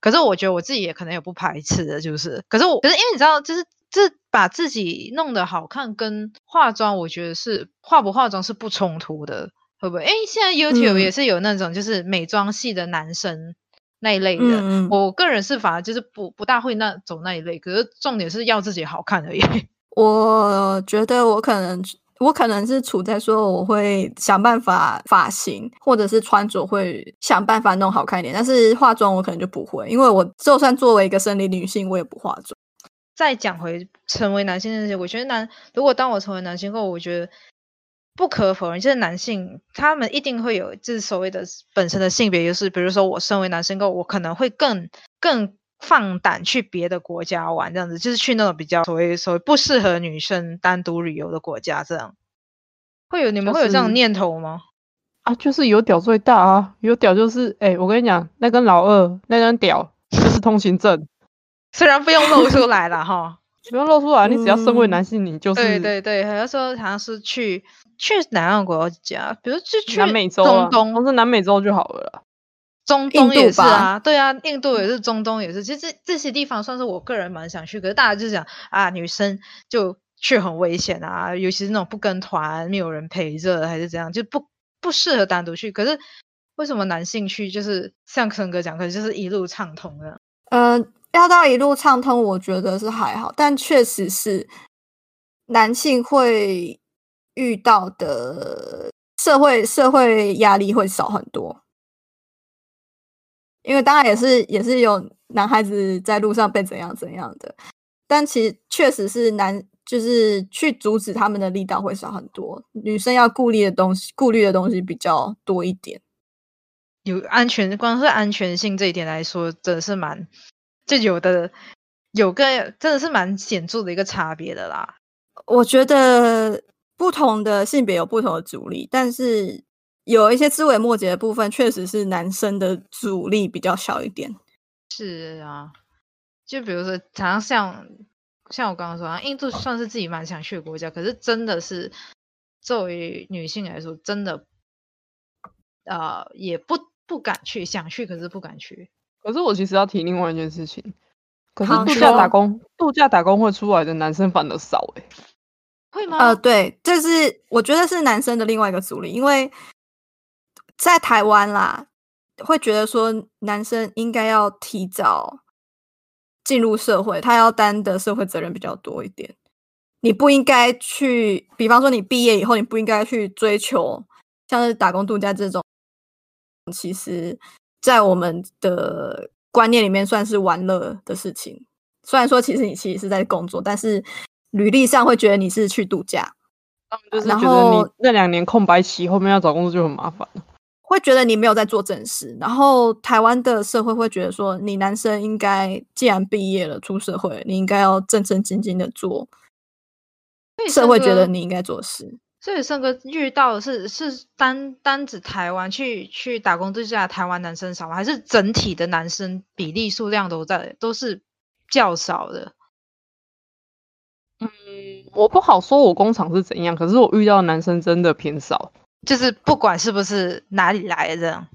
Speaker 3: 可是我觉得我自己也可能有不排斥的，就是可是我可是因为你知道，就是这把自己弄得好看跟化妆，我觉得是化不化妆是不冲突的，会不会？诶，现在 YouTube
Speaker 1: 嗯
Speaker 3: 也是有那种就是美妆系的男生那一类的，
Speaker 1: 嗯，我
Speaker 3: 我个人是反而就是不不大会那走那一类，可是重点是要自己好看而已。
Speaker 1: 我觉得我可能。我可能是处在说我会想办法发型，或者是穿着会想办法弄好看一点，但是化妆我可能就不会，因为我就算作为一个生理女性，我也不化妆。
Speaker 3: 再讲回成为男性那些，我觉得男如果当我成为男性后，我觉得不可否认，就是男性他们一定会有就是所谓的本身的性别优势。比如说我身为男性后，我可能会更更放胆去别的国家玩，这样子就是去那种比较所谓所谓不适合女生单独旅游的国家，这样会有你们
Speaker 2: 就
Speaker 3: 会有这
Speaker 2: 是
Speaker 3: 种念头吗？
Speaker 2: 啊，就是有屌最大啊，有屌就是，哎、我跟你讲，那根老二那根屌就是通行证，
Speaker 3: 虽然不用露出来了哈，
Speaker 2: 不用露出来，你只要身为
Speaker 1: 嗯
Speaker 2: 男性，你哦就是
Speaker 3: 对对对，好像说好像是去去哪个国家，比如就去
Speaker 2: 南美洲啊
Speaker 3: 中，东
Speaker 2: 光是南美洲就好了啦。
Speaker 3: 中
Speaker 1: 印
Speaker 3: 东也
Speaker 1: 度
Speaker 3: 是
Speaker 1: 吧
Speaker 3: 啊，对啊，印度也是，
Speaker 2: 嗯
Speaker 3: 中东也是。其实这这些地方算是我个人蛮想去，可是大家就讲啊，女生就去很危险啊，尤其是那种不跟团、没有人陪着，还是怎样，就不不适合单独去。可是为什么男性去就是像森哥讲，可能就是一路畅通的？
Speaker 1: 呃，要到一路畅通，我觉得是还好，但确实是男性会遇到的社会社会压力会少很多。因为当然也是也是有男孩子在路上被怎样怎样的，但其实确实是男就是去阻止他们的力道会少很多，女生要顾虑的东西顾虑的东西比较多一点。
Speaker 3: 有安全，光是安全性这一点来说，真的是蛮就有的有个真的是蛮显著的一个差别的啦。
Speaker 1: 我觉得不同的性别有不同的阻力，但是有一些枝微末节的部分，确实是男生的阻力比较小一点。
Speaker 3: 是啊，就比如说，常常像像我刚刚说，啊，印度算是自己蛮想去的国家，可是真的是作为女性来说，真的呃也不不敢去，想去可是不敢去。
Speaker 2: 可是我其实要提另外一件事情，可是
Speaker 1: 好
Speaker 2: 度假
Speaker 1: 说
Speaker 2: 打工，度假打工会出来的男生反而少哎、
Speaker 3: 会吗？
Speaker 1: 呃，对，这是我觉得是男生的另外一个阻力，因为在台湾啦，会觉得说男生应该要提早进入社会，他要担的社会责任比较多一点。你不应该去，比方说你毕业以后，你不应该去追求像是打工度假这种，其实在我们的观念里面算是玩乐的事情。虽然说其实你其实是在工作，但是履历上会觉得你是去度假，
Speaker 2: 他们就是
Speaker 1: 然
Speaker 2: 觉得你
Speaker 1: 后
Speaker 2: 那两年空白期后面要找工作就很麻烦了。
Speaker 1: 会觉得你没有在做正事。然后台湾的社会会觉得说，你男生应该既然毕业了出社会了，你应该要正正经经的做
Speaker 3: 所以
Speaker 1: 社
Speaker 3: 森
Speaker 1: 会觉
Speaker 3: 哥
Speaker 1: 得你应该做的事。
Speaker 3: 所以胜哥遇到的是是单单指台湾去去打工度假的台湾男生少吗？还是整体的男生比例数量都在都是较少的？
Speaker 2: 嗯，我不好说我工厂是怎样，可是我遇到的男生真的偏少，
Speaker 3: 就是不管是不是哪里来的这样，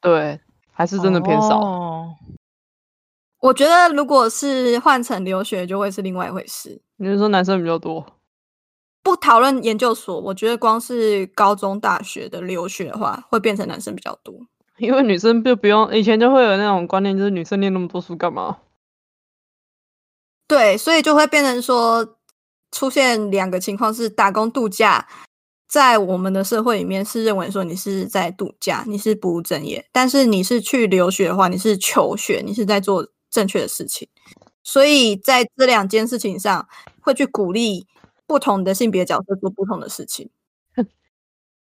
Speaker 2: 对，还是真的偏少。
Speaker 3: 哦
Speaker 1: 我觉得如果是换成留学，就会是另外一回事。
Speaker 2: 你是说男生比较多？
Speaker 1: 不讨论研究所，我觉得光是高中、大学的留学的话，会变成男生比较多。
Speaker 2: 因为女生就不用，以前就会有那种观念，就是女生念那么多书干嘛？
Speaker 1: 对，所以就会变成说，出现两个情况是打工度假，在我们的社会里面是认为说你是在度假，你是不务正业；但是你是去留学的话，你是求学，你是在做正确的事情。所以在这两件事情上，会去鼓励不同的性别角色做不同的事情。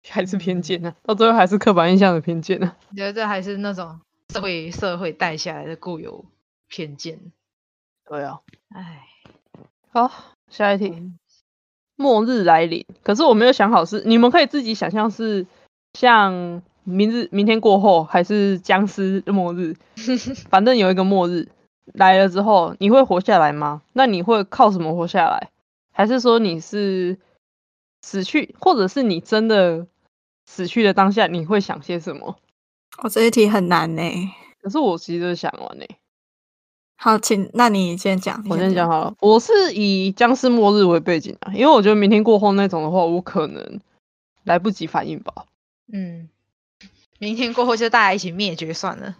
Speaker 2: 还是偏
Speaker 3: 嗯
Speaker 2: 见呢、啊到最后还是刻板印象的偏见啊呢、
Speaker 3: 觉得这还是那种社会社会带下来的固有偏见。
Speaker 2: 对啊，
Speaker 3: 唉，
Speaker 2: 好，下一题。末日来临，可是我没有想好是你们可以自己想象是像明日、明天过后，还是僵尸末日，反正有一个末日来了之后，你会活下来吗？那你会靠什么活下来？还是说你是死去，或者是你真的死去的当下，你会想些什么？
Speaker 1: 我、哦这一题很难呢、
Speaker 2: 可是我其实想完嘞、
Speaker 1: 好，请那你先讲，你
Speaker 2: 我先讲
Speaker 1: 讲。
Speaker 2: 好了，我是以僵尸末日为背景啊，因为我觉得明天过后那种的话，我可能来不及反应吧。
Speaker 3: 嗯，明天过后就大家一起灭绝算了。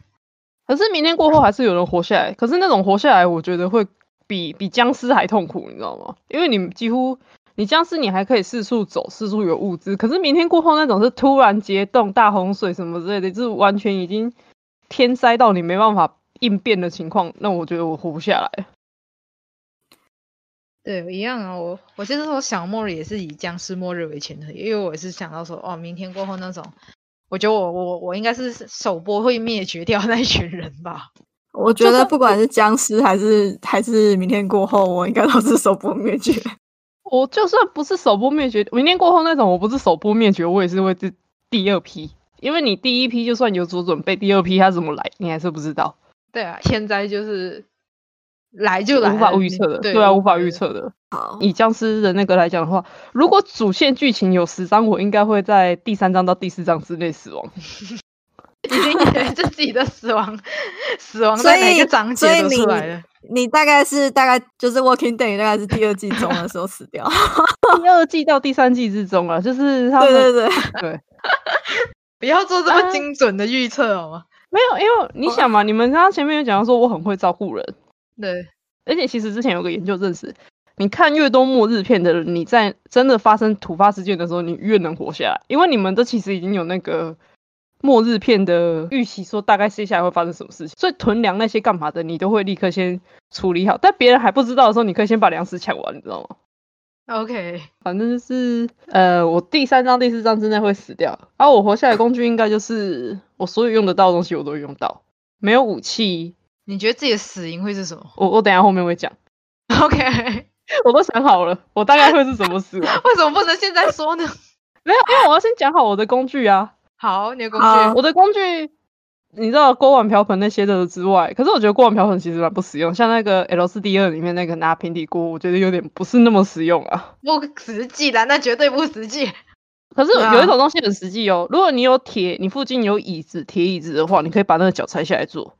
Speaker 2: 可是明天过后还是有人活下来，可是那种活下来，我觉得会比比僵尸还痛苦，你知道吗？因为你几乎你僵尸你还可以四处走，四处有物资，可是明天过后那种是突然结冻、大洪水什么之类的，就是完全已经天灾到你没办法应变的情况，那我觉得我活不下来。
Speaker 3: 对，一样啊。我我就是说，想末日也是以僵尸末日为前提，因为我是想到说，哦，明天过后那种，我觉得我我我应该是首播会灭绝掉那一群人吧。
Speaker 1: 我觉得不管是僵尸还是还是明天过后，我应该都是手不灭绝。
Speaker 2: 我就算不是首播灭绝，明天过后那种，我不是首播灭绝，我也是会是第二批，因为你第一批就算有所准备，第二批它怎么来，你还是不知道，
Speaker 3: 对啊，天灾就是来就来，
Speaker 2: 无法预测的，
Speaker 3: 对
Speaker 2: 对啊，无法预。测的。
Speaker 1: 好，
Speaker 2: 以僵尸的那个来讲的话，如果主线剧情有十章，我应该会在第三章到第四章之内死亡。
Speaker 3: 已经 以为自己的死亡，死亡
Speaker 1: 所
Speaker 3: 在哪
Speaker 1: 以
Speaker 3: 个章
Speaker 1: 所以
Speaker 3: 节都
Speaker 1: 你
Speaker 3: 出来了。
Speaker 1: 你大概是大概就是《Walking Dead》大概是第二季中的时候死掉。
Speaker 2: 第二季到第三季之中啊，就是 他们
Speaker 1: 对对对，
Speaker 3: 不要做这
Speaker 2: 啊
Speaker 3: 么精准的预测好吗？
Speaker 2: 没有，因为你想嘛，你们刚刚前面有讲到说我很会照顾人，
Speaker 3: 对，
Speaker 2: 而且其实之前有个研究证实，你看越多末日片的人，你在真的发生突发事件的时候，你越能活下来，因为你们都其实已经有那个末日片的预期，说大概接下来会发生什么事情，所以囤粮那些干嘛的，你都会立刻先处理好。但别人还不知道的时候，你可以先把粮食抢完，你知道吗？
Speaker 3: OK，
Speaker 2: 反正就是，呃，我第三章、第四章之内会死掉。而、我活下来的工具应该就是我所有用得到的东西，我都会用到。没有武器，
Speaker 3: 你觉得自己的死因会是什么
Speaker 2: 我我等一下后面会讲，
Speaker 3: ？OK，为
Speaker 2: 我都想好了，我大概会是怎么死亡。
Speaker 3: 什么不能现在说呢？
Speaker 2: 没有，因为我要先讲好我的工具啊。
Speaker 3: 好，你的工
Speaker 1: 好
Speaker 3: 具，
Speaker 2: 我的工具，你知道锅碗瓢盆那些的之外，可是我觉得锅碗瓢盆其实蛮不实用，像那个 L 四 D 二里面那个拿平底锅，我觉得有点不是那么实用啊。
Speaker 3: 不实际啦，那绝对不实际。
Speaker 2: 可是
Speaker 1: 对啊
Speaker 2: 有一种东西很实际哦，如果你有铁，你附近有椅子、铁椅子的话，你可以把那个脚拆下来做。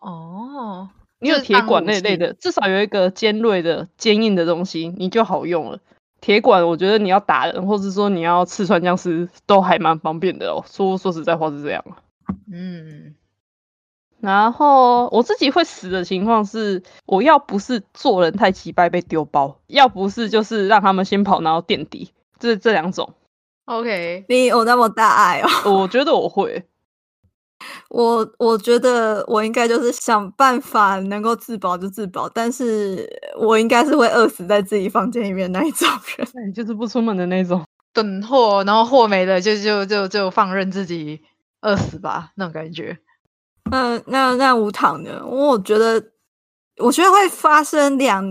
Speaker 3: 哦，
Speaker 2: 你有
Speaker 3: 就是
Speaker 2: 铁
Speaker 3: 当
Speaker 2: 管
Speaker 3: 武
Speaker 2: 那一类
Speaker 3: 器
Speaker 2: 的，至少有一个尖锐的、坚硬的东西，你就好用了。铁管，我觉得你要打人，或是说你要刺穿僵尸，都还蛮方便的哦。说说实在话是这样。
Speaker 3: 嗯，
Speaker 2: 然后我自己会死的情况是，我要不是做人太急掰被丢包，要不是就是让他们先跑然后垫底，这这两种，
Speaker 3: OK，
Speaker 1: 你有那么大爱哦。
Speaker 2: 我觉得我会。
Speaker 1: 我我觉得我应该就是想办法能够自保就自保，但是我应该是会饿死在自己房间里面那一种人。
Speaker 2: 那你哎就是不出门的那 种。
Speaker 3: 等货，然后货没了，就就就就放任自己饿死吧，那种感觉。
Speaker 1: 那那那无糖的，我觉得，我觉得会发生两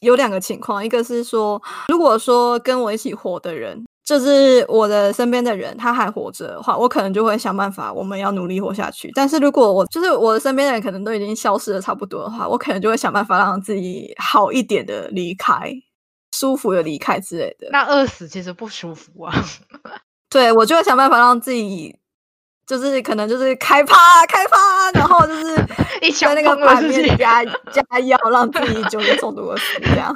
Speaker 1: 有两个情况，一个是说，如果说跟我一起活的人，就是我的身边的人，他还活着的话，我可能就会想办法，我们要努力活下去。但是如果我就是我的身边的人可能都已经消失的差不多的话，我可能就会想办法让自己好一点的离开，舒服的离开之类的。
Speaker 3: 那饿死其实不舒服啊。
Speaker 1: 对我就会想办法让自己，就是可能就是开趴开趴，然后就是
Speaker 3: 一
Speaker 1: 在
Speaker 3: 枪
Speaker 1: 那个
Speaker 3: 崩了
Speaker 1: 板
Speaker 3: 自
Speaker 1: 面
Speaker 3: 己
Speaker 1: 加加药，让自己酒精中毒而死。这样，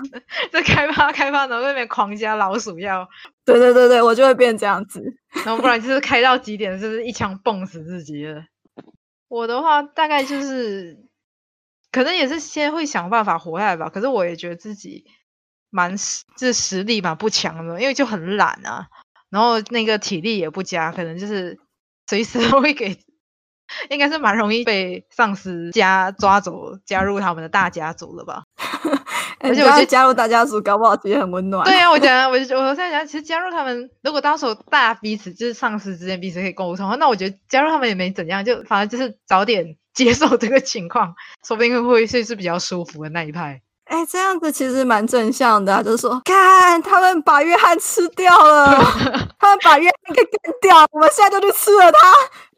Speaker 3: 这开发开发，然后那边狂加老鼠药，
Speaker 1: 对对对对，我就会变这样子。
Speaker 3: 然后不然就是开到极点，就是一枪蹦死自己了。我的话大概就是，可能也是先会想办法活下来吧。可是我也觉得自己蛮实就是实力蛮不强的，因为就很懒啊，然后那个体力也不佳，可能就是随时 都会给，应该是蛮容易被上司加抓走，加入他们的大家族了吧。
Speaker 1: 哎
Speaker 3: 而
Speaker 1: 你
Speaker 3: 且
Speaker 1: 这
Speaker 3: 我
Speaker 1: 样
Speaker 3: 觉得
Speaker 1: 加入大家族，搞不好其实很温暖。
Speaker 3: 对啊呀、我讲，我就我现在讲，其实加入他们，如果到时候大家彼此就是上司之间彼此可以沟通，那我觉得加入他们也没怎样，就反正就是早点 接受这个情况，说不定会不会是是比较舒服的那一派。
Speaker 1: 哎、这样子其实蛮正向的、啊，就是说，看他们把约翰吃掉 了，他们把约翰给干掉，我们现在就去吃了他，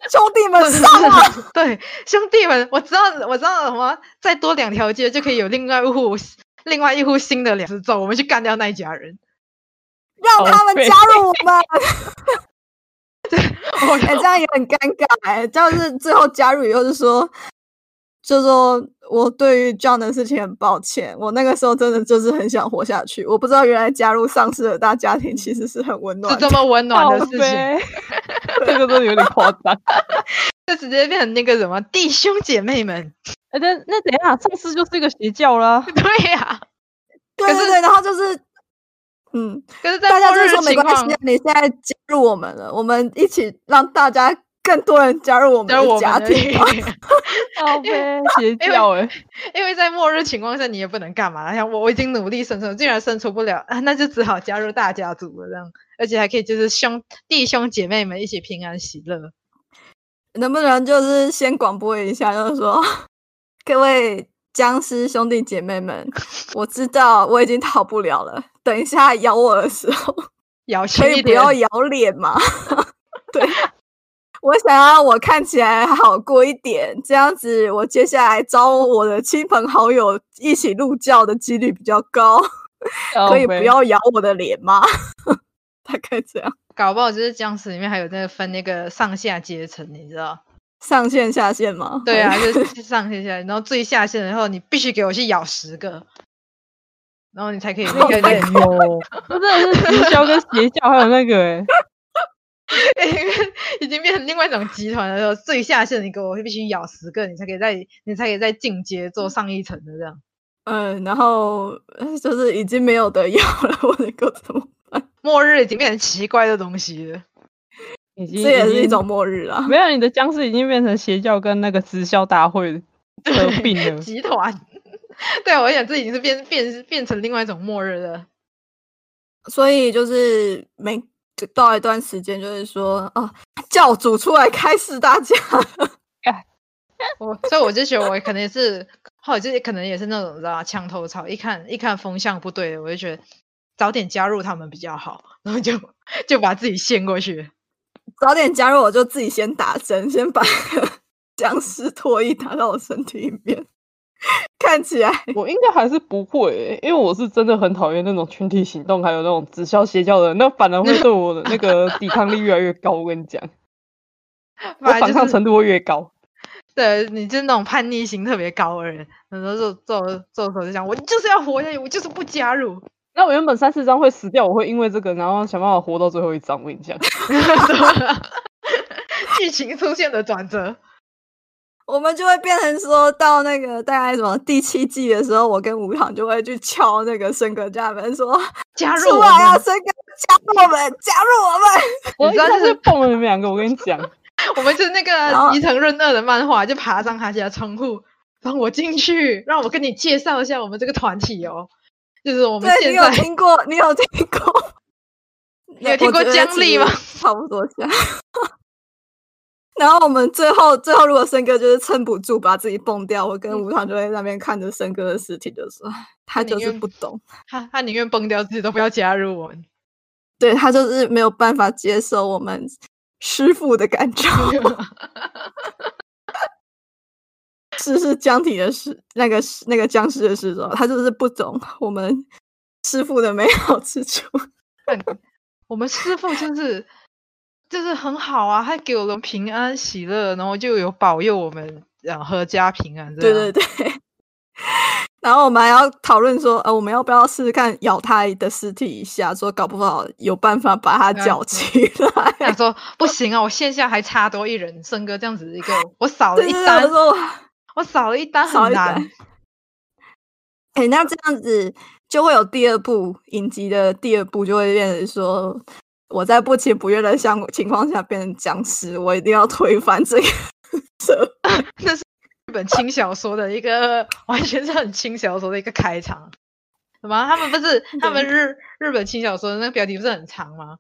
Speaker 1: 兄弟们 上啊！
Speaker 3: 对，兄弟们，我知道，我知道什么，再多两条街就可以有另外一户另外一户新的两只走，我们去干掉那一家人。
Speaker 1: 让他们
Speaker 2: 宝贝
Speaker 1: 加入我们。
Speaker 3: 我
Speaker 1: 哎、这样也很尴尬哎、这样是最后加入以后就说，就说我对于 John 的事情很抱歉，我那个时候真的就是很想活下去，我不知道原来加入丧尸的大家庭其实是很温
Speaker 3: 是
Speaker 1: 暖的
Speaker 3: 这。么温暖的
Speaker 2: 靠
Speaker 3: 事情，
Speaker 2: 背，这个真的有点夸张。
Speaker 3: 就直接变成那个什么弟兄姐妹们。
Speaker 2: 哎，那那等一下，上司就是一个邪教啦。
Speaker 3: 对呀、
Speaker 1: 对
Speaker 3: 可
Speaker 1: 对
Speaker 3: 是
Speaker 1: 对，然后就是，嗯，
Speaker 3: 可是，在
Speaker 1: 大家
Speaker 3: 末
Speaker 1: 就是
Speaker 3: 日
Speaker 1: 说
Speaker 3: 的
Speaker 1: 没
Speaker 3: 情
Speaker 1: 关系
Speaker 3: 况
Speaker 1: 啊，，你现在加入我们了，我们一起让大家更多人加入我们
Speaker 3: 加入
Speaker 1: 的
Speaker 3: 我
Speaker 1: 家
Speaker 3: 们的
Speaker 1: 庭。
Speaker 2: 靠背，邪教哎、
Speaker 3: 因为在末日情况下，你也不能干嘛。像我，我已经努力生存，竟然生存不了啊，那就只好加入大家族了。这样，而且还可以就是兄弟兄姐妹们一起平安喜乐。
Speaker 1: 能不能就是先广播一下，就是说， 各位僵尸兄弟姐妹们，我知道我已经逃不了了。等一下咬我的时候，
Speaker 3: 咬
Speaker 1: 可
Speaker 3: 轻
Speaker 1: 以
Speaker 3: 一
Speaker 1: 不
Speaker 3: 点。
Speaker 1: 要咬脸吗？ 对，我想要我看起来好过一点，这样子我接下来招我的亲朋好友一起入教的几率比较高。
Speaker 3: 哦
Speaker 1: 可以不
Speaker 2: 靠背
Speaker 1: 要咬我的脸吗？ 大概这样，
Speaker 3: 搞不好就是僵尸里面还有那个分那个上下阶层，你知 道？
Speaker 1: 上线下线吗？
Speaker 3: 对啊，
Speaker 1: 会，
Speaker 3: 就是 上线下来，然后最下线的时候，你必须给我去咬十个，然后 你才可以那个
Speaker 2: 哎
Speaker 1: 哦
Speaker 2: 呦，这真的是直销跟邪教，还有那个哎、
Speaker 3: 已经变成另外一种集团的时候，最下线你给我必须咬十个，你才可以再你才可以再进阶做上一层的这样。
Speaker 1: 嗯，然后呃就是已经没有的咬了， 我能够怎么？
Speaker 3: 末日已经变成奇怪的东西了，，
Speaker 2: 已经
Speaker 1: 这也
Speaker 2: 已
Speaker 1: 是一
Speaker 2: 经
Speaker 1: 种末日啊！
Speaker 2: 没有你的僵尸已经变成邪教跟那个直销大会合并了
Speaker 3: 集团。 对啊，我想这已经是变变变成另外一种末日了。
Speaker 1: 所以就是每就到一段时间，就是说啊，教主出来开示大家，
Speaker 3: 我所以我就觉得我可能也是，或者就是可能也是那种你知道吗墙头草，一看一看风向不对的，我就觉得早点加入他们比较好， 然后就就把自己陷过去。
Speaker 1: 早点加入，我就自己先打针，先把 僵尸唾液打到我身体里面，看起来
Speaker 2: 我应该还是不会欸、因为我是真的很讨厌那种群体行动，还有那种直销邪教的人，那反而会对我的那个抵抗力越来越高。我跟你讲， 我
Speaker 3: 反
Speaker 2: 反
Speaker 3: 正就
Speaker 2: 抗
Speaker 3: 是
Speaker 2: 程度会越高。
Speaker 3: 对，你就是那种叛逆心特别高的人，然后做做做的时候就想，我就是要活下去，我就是不加入，
Speaker 2: 那我原本三四张会死掉，我会因为这个，然后想办法活到最后一张。我跟你讲，
Speaker 3: 剧情出现的转折。
Speaker 1: 我们就会变成说到那个大概什么第七季的时候，我跟吴糖就会去敲那个森哥家门说
Speaker 3: 加：“入
Speaker 1: 出
Speaker 3: 我
Speaker 1: 来啊，
Speaker 3: 们，
Speaker 1: 森哥，加入我们，加入我们！”
Speaker 2: 我
Speaker 3: 你知道
Speaker 2: 一下
Speaker 3: 就是
Speaker 2: 就蹦了你们两个。我跟你 讲，
Speaker 3: 我们是那
Speaker 1: 然后
Speaker 3: 个伊藤润二的漫画，就爬上他家窗户，让我进去，让我跟你介绍一下我们这个团体哦，就是我们
Speaker 1: 对
Speaker 3: 现
Speaker 1: 你有
Speaker 3: 在
Speaker 1: 听过？ 你有听 过？
Speaker 3: 有听过姜丽吗？
Speaker 1: 差不多像。 然后我们最后最后，如果森哥就是撑不住，把自己蹦掉，我
Speaker 3: 嗯
Speaker 1: 跟吴糖就会在那边看着森哥的尸体，就说他就
Speaker 3: 宁
Speaker 1: 是
Speaker 3: 愿
Speaker 1: 不懂，
Speaker 3: 他他宁愿崩掉自己都不要加入我们。
Speaker 1: 对他就是没有办法接受我们师傅的感召。 是是僵体的师，那个师那个僵尸的师长，他就是不懂我们师傅的美好之处。
Speaker 3: 我们师傅就是就是很好啊，他给我们平安喜乐，然后就有保佑我们呃阖家平安。
Speaker 1: 对对对。 然后我们还要讨论说，呃，我们要不要试试看咬他的尸体一下，说搞不好有办法把他
Speaker 3: 对啊
Speaker 1: 绞
Speaker 3: 对
Speaker 1: 起来。
Speaker 3: 想说不行啊，我线下还差多一人，森哥这样子一个，我 少了
Speaker 1: 对
Speaker 3: 一
Speaker 1: 对对，
Speaker 3: 单
Speaker 1: 我，说我，
Speaker 3: 我少了一单
Speaker 1: 少
Speaker 3: 很
Speaker 1: 一单
Speaker 3: 难。
Speaker 1: 哎，那这样子就会有第二部影集的第二部就会变成说，我在不情不愿的相情况下变成僵尸，我一定要推翻这个 社会
Speaker 3: 日本轻小说的一个， 完全是很轻小说的一个开场。什么？他们不是他们
Speaker 1: 对
Speaker 3: 日日本轻小说的那个标题不是很长吗？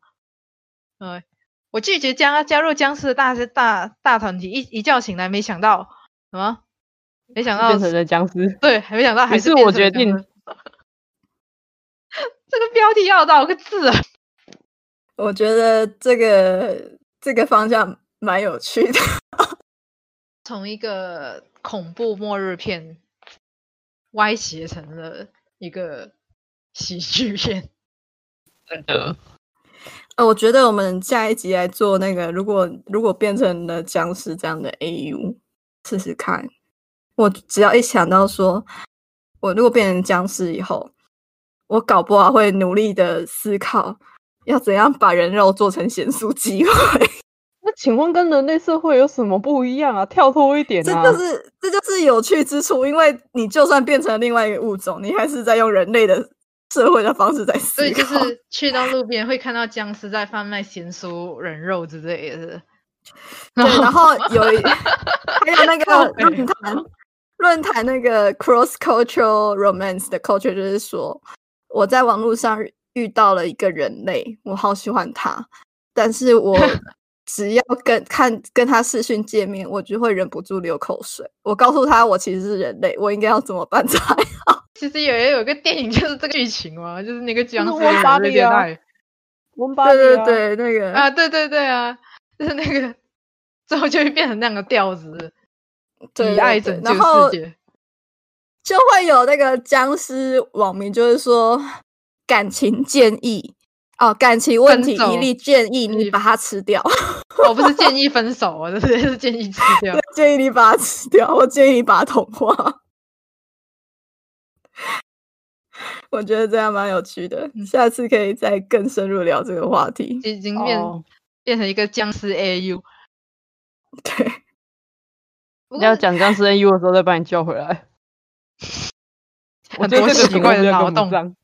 Speaker 3: 嗯，我拒绝加加入僵尸的大大大团体，一一觉醒来，没想到什么？没想到
Speaker 2: 变成了僵尸。
Speaker 3: 对，还没想到还
Speaker 2: 于是
Speaker 3: 变
Speaker 2: 我
Speaker 3: 成
Speaker 2: 决
Speaker 3: 了
Speaker 2: 定
Speaker 3: 僵尸。 这个标题要到个字啊！
Speaker 1: 我觉得这个这个方向蛮有趣的。
Speaker 3: 从一个恐怖末日片歪斜成了一个喜剧片。
Speaker 2: 真的，
Speaker 1: 呃，我觉得我们下一集来做那个，如果如果变成了僵尸这样的 AU，试试看。我只要一想到说，我如果变成僵尸以后，我搞不好会努力的思考，要怎样把人肉做成咸酥鸡 块。
Speaker 2: 那请问跟人类社会有什么不一样啊？跳脱一点
Speaker 1: 这
Speaker 2: 啊！
Speaker 1: 就是这就是有趣之处，因为你就算变成另外一个物种，你还是在用人类的社会的方式在思
Speaker 3: 所以就
Speaker 1: 考。
Speaker 3: 是 去到路边会看到僵尸在贩卖咸酥人肉之类的。
Speaker 1: 对，然后有一还有那
Speaker 3: 靠
Speaker 1: 个
Speaker 3: 北
Speaker 1: 论坛，论坛那个 cross cultural romance 的 culture 就是说，我在 网络上遇到了一个人类，我好喜欢他，但是我只要跟看跟他视讯界面，我就会忍不住流口水。我告诉他，我其实是人类，我应该要怎么办才好？
Speaker 3: 其实有有一个电影就是这个剧情嘛，就是那个僵尸
Speaker 2: 就是我把你啊我们把
Speaker 1: 对
Speaker 2: 你啊
Speaker 1: 对对，那个
Speaker 3: 哎啊，对对对啊，就是那个最后就会变成那样的调子，
Speaker 1: 对
Speaker 3: 以爱
Speaker 1: 对
Speaker 3: 拯
Speaker 1: 对
Speaker 3: 救
Speaker 1: 然后
Speaker 3: 世界。
Speaker 1: 就会有那个僵尸网民，就是说感情建议哦，感情问
Speaker 3: 分
Speaker 1: 题
Speaker 3: 手
Speaker 1: 一律建议你
Speaker 3: 你
Speaker 1: 把它吃掉，
Speaker 3: 我不是建议分手， 我这是建议吃掉。
Speaker 1: 建议你把它吃掉，我建议你把它同化。 我觉得这样蛮有趣的，下次可以再更深入聊这个话题。
Speaker 3: 已经变、
Speaker 2: 哦
Speaker 3: 变成一个僵尸 AU。
Speaker 1: 对，
Speaker 3: 不
Speaker 2: 要
Speaker 3: 过
Speaker 2: 讲僵尸 NU 的时候再把你叫回来。我
Speaker 3: 很
Speaker 2: 对
Speaker 3: 多
Speaker 2: 这个
Speaker 3: 奇
Speaker 2: 题
Speaker 3: 怪
Speaker 2: 目
Speaker 3: 的
Speaker 2: 真
Speaker 3: 脑
Speaker 2: 跟不
Speaker 3: 洞，
Speaker 2: 上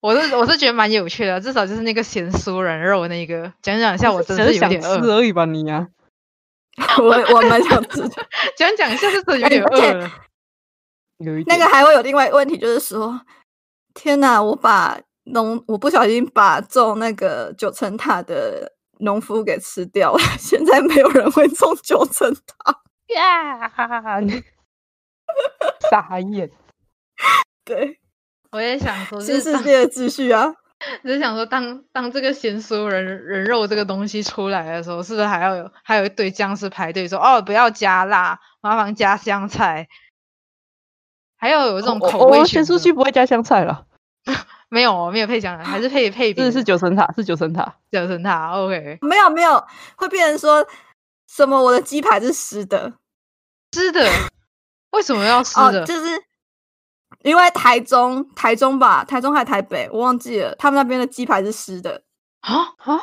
Speaker 3: 我是我是觉得蛮有趣的，啊至少就是那个咸酥人肉那个，讲讲一下我真的
Speaker 2: 只
Speaker 3: 是
Speaker 2: 是
Speaker 3: 有
Speaker 2: 想
Speaker 3: 点
Speaker 2: 吃
Speaker 3: 饿，
Speaker 2: 而已吧你 啊。
Speaker 1: 我我蛮想知道。
Speaker 3: 讲讲一下就是有
Speaker 1: 哎
Speaker 3: 点
Speaker 1: 而且
Speaker 3: 饿了。
Speaker 2: 有一
Speaker 1: 那个
Speaker 2: 点
Speaker 1: 还会有另外一个问题，就是说，天哪，我把农，我不小心把种那个九层塔的农夫给吃掉了， 现在没有人会种九层塔。
Speaker 2: 呀， 傻眼。
Speaker 1: 对，
Speaker 3: 我也想说，就
Speaker 1: 新
Speaker 3: 是
Speaker 1: 世
Speaker 3: 当
Speaker 1: 界的秩序啊，
Speaker 3: 只是想说当，当这个咸酥人人肉这个东西出来的时候，是不是还要有还有一堆僵尸排队说哦不要加辣，麻烦加香菜，还要有这
Speaker 1: 哦
Speaker 3: 种口味
Speaker 2: 我先
Speaker 3: 选择。
Speaker 2: 出去不会加香菜了，
Speaker 3: 没有哦没有配香菜，还是配配饼
Speaker 2: 是
Speaker 3: 的，
Speaker 2: 是九层塔，是九层塔。
Speaker 3: 九层塔 OK。
Speaker 1: 没有没有，会变成说什么我的鸡排是湿的
Speaker 3: 湿的，为什么要湿
Speaker 1: 哦
Speaker 3: 的？，
Speaker 1: 就是。因为台中，台中吧，台中还台北，我忘记了，他们那边的鸡排是湿的，
Speaker 3: 啊啊、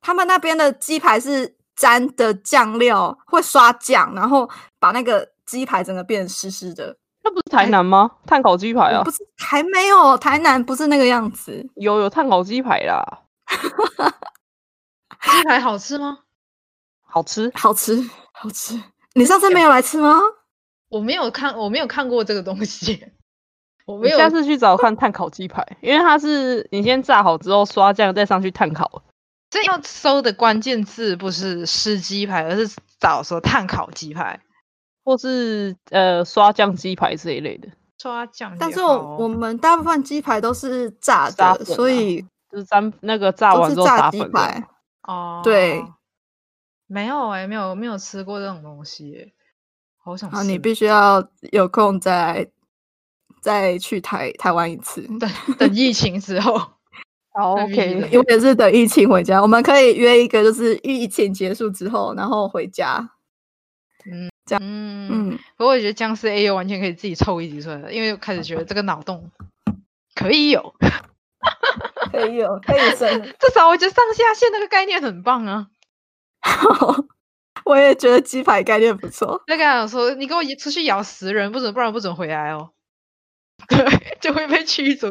Speaker 1: 他们那边的鸡排是沾的酱料，会刷酱，然后把那个鸡排整个变湿湿的。
Speaker 2: 那不是
Speaker 3: 哎
Speaker 2: 台南吗？炭烤鸡排啊
Speaker 1: 不，是，还没有台南不是那个样子，
Speaker 2: 有有炭烤鸡排啦，
Speaker 3: 鸡排好吃吗？
Speaker 2: 好吃。
Speaker 1: 好吃好吃。你上次没有来吃吗？
Speaker 3: 我没有看，我没有看过这个东西， 我
Speaker 2: 你
Speaker 3: 没有。
Speaker 2: 下次去找看炭烤鸡排， 因为它是你先炸好之后刷酱再上去炭烤。
Speaker 3: 这要搜的关键字不是湿鸡排，而是找说炭烤鸡排、
Speaker 2: 或是呃刷酱鸡排这一类的，
Speaker 3: 刷酱也好。
Speaker 1: 但是我我们大部分鸡排都是炸的，
Speaker 2: 炸粉
Speaker 1: 所
Speaker 2: 啊
Speaker 1: 以
Speaker 2: 就是沾那个炸
Speaker 1: 都
Speaker 2: 完
Speaker 1: 是
Speaker 2: 之后撒
Speaker 1: 炸鸡
Speaker 2: 粉的。
Speaker 1: 排。
Speaker 3: 哦，
Speaker 1: 对，
Speaker 3: 没有哎、没有没有吃过这种东西耶、好想吃。
Speaker 1: 啊，你必须要有空再再去台台湾一次，
Speaker 3: 等等疫情 之后，
Speaker 2: 好
Speaker 3: 那必须的
Speaker 2: ，OK，
Speaker 1: 因为是等疫情回家，我们可以约一个，就是疫情结束之后，然后回家。
Speaker 3: 嗯，
Speaker 1: 嗯，
Speaker 3: 不过我觉得僵尸 A U 完全可以自己凑一集出来的，因为我开始觉得这个脑洞可以有。
Speaker 1: 可以有，可以生。
Speaker 3: 至少我觉得上下线那个概念很棒啊。
Speaker 1: 我也觉得鸡排概念不错。
Speaker 3: 那个讲说，你给我出去咬十人，不准，不然不准回来哦。 对，就会被驱逐。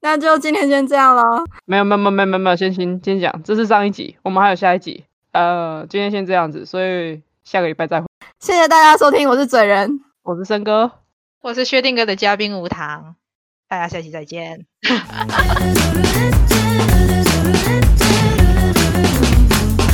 Speaker 1: 那就今天先这样喽，
Speaker 2: 没有没有没有没有没有没有，先先先讲，这是上一集，我们还有下一集。呃，今天先这样子，所以下个礼拜再会。
Speaker 1: 谢谢大家收听，我是嘴人，
Speaker 2: 我是森哥。
Speaker 3: 我是薛定谔的嘉宾无糖，大家下期再见。
Speaker 4: Thank you.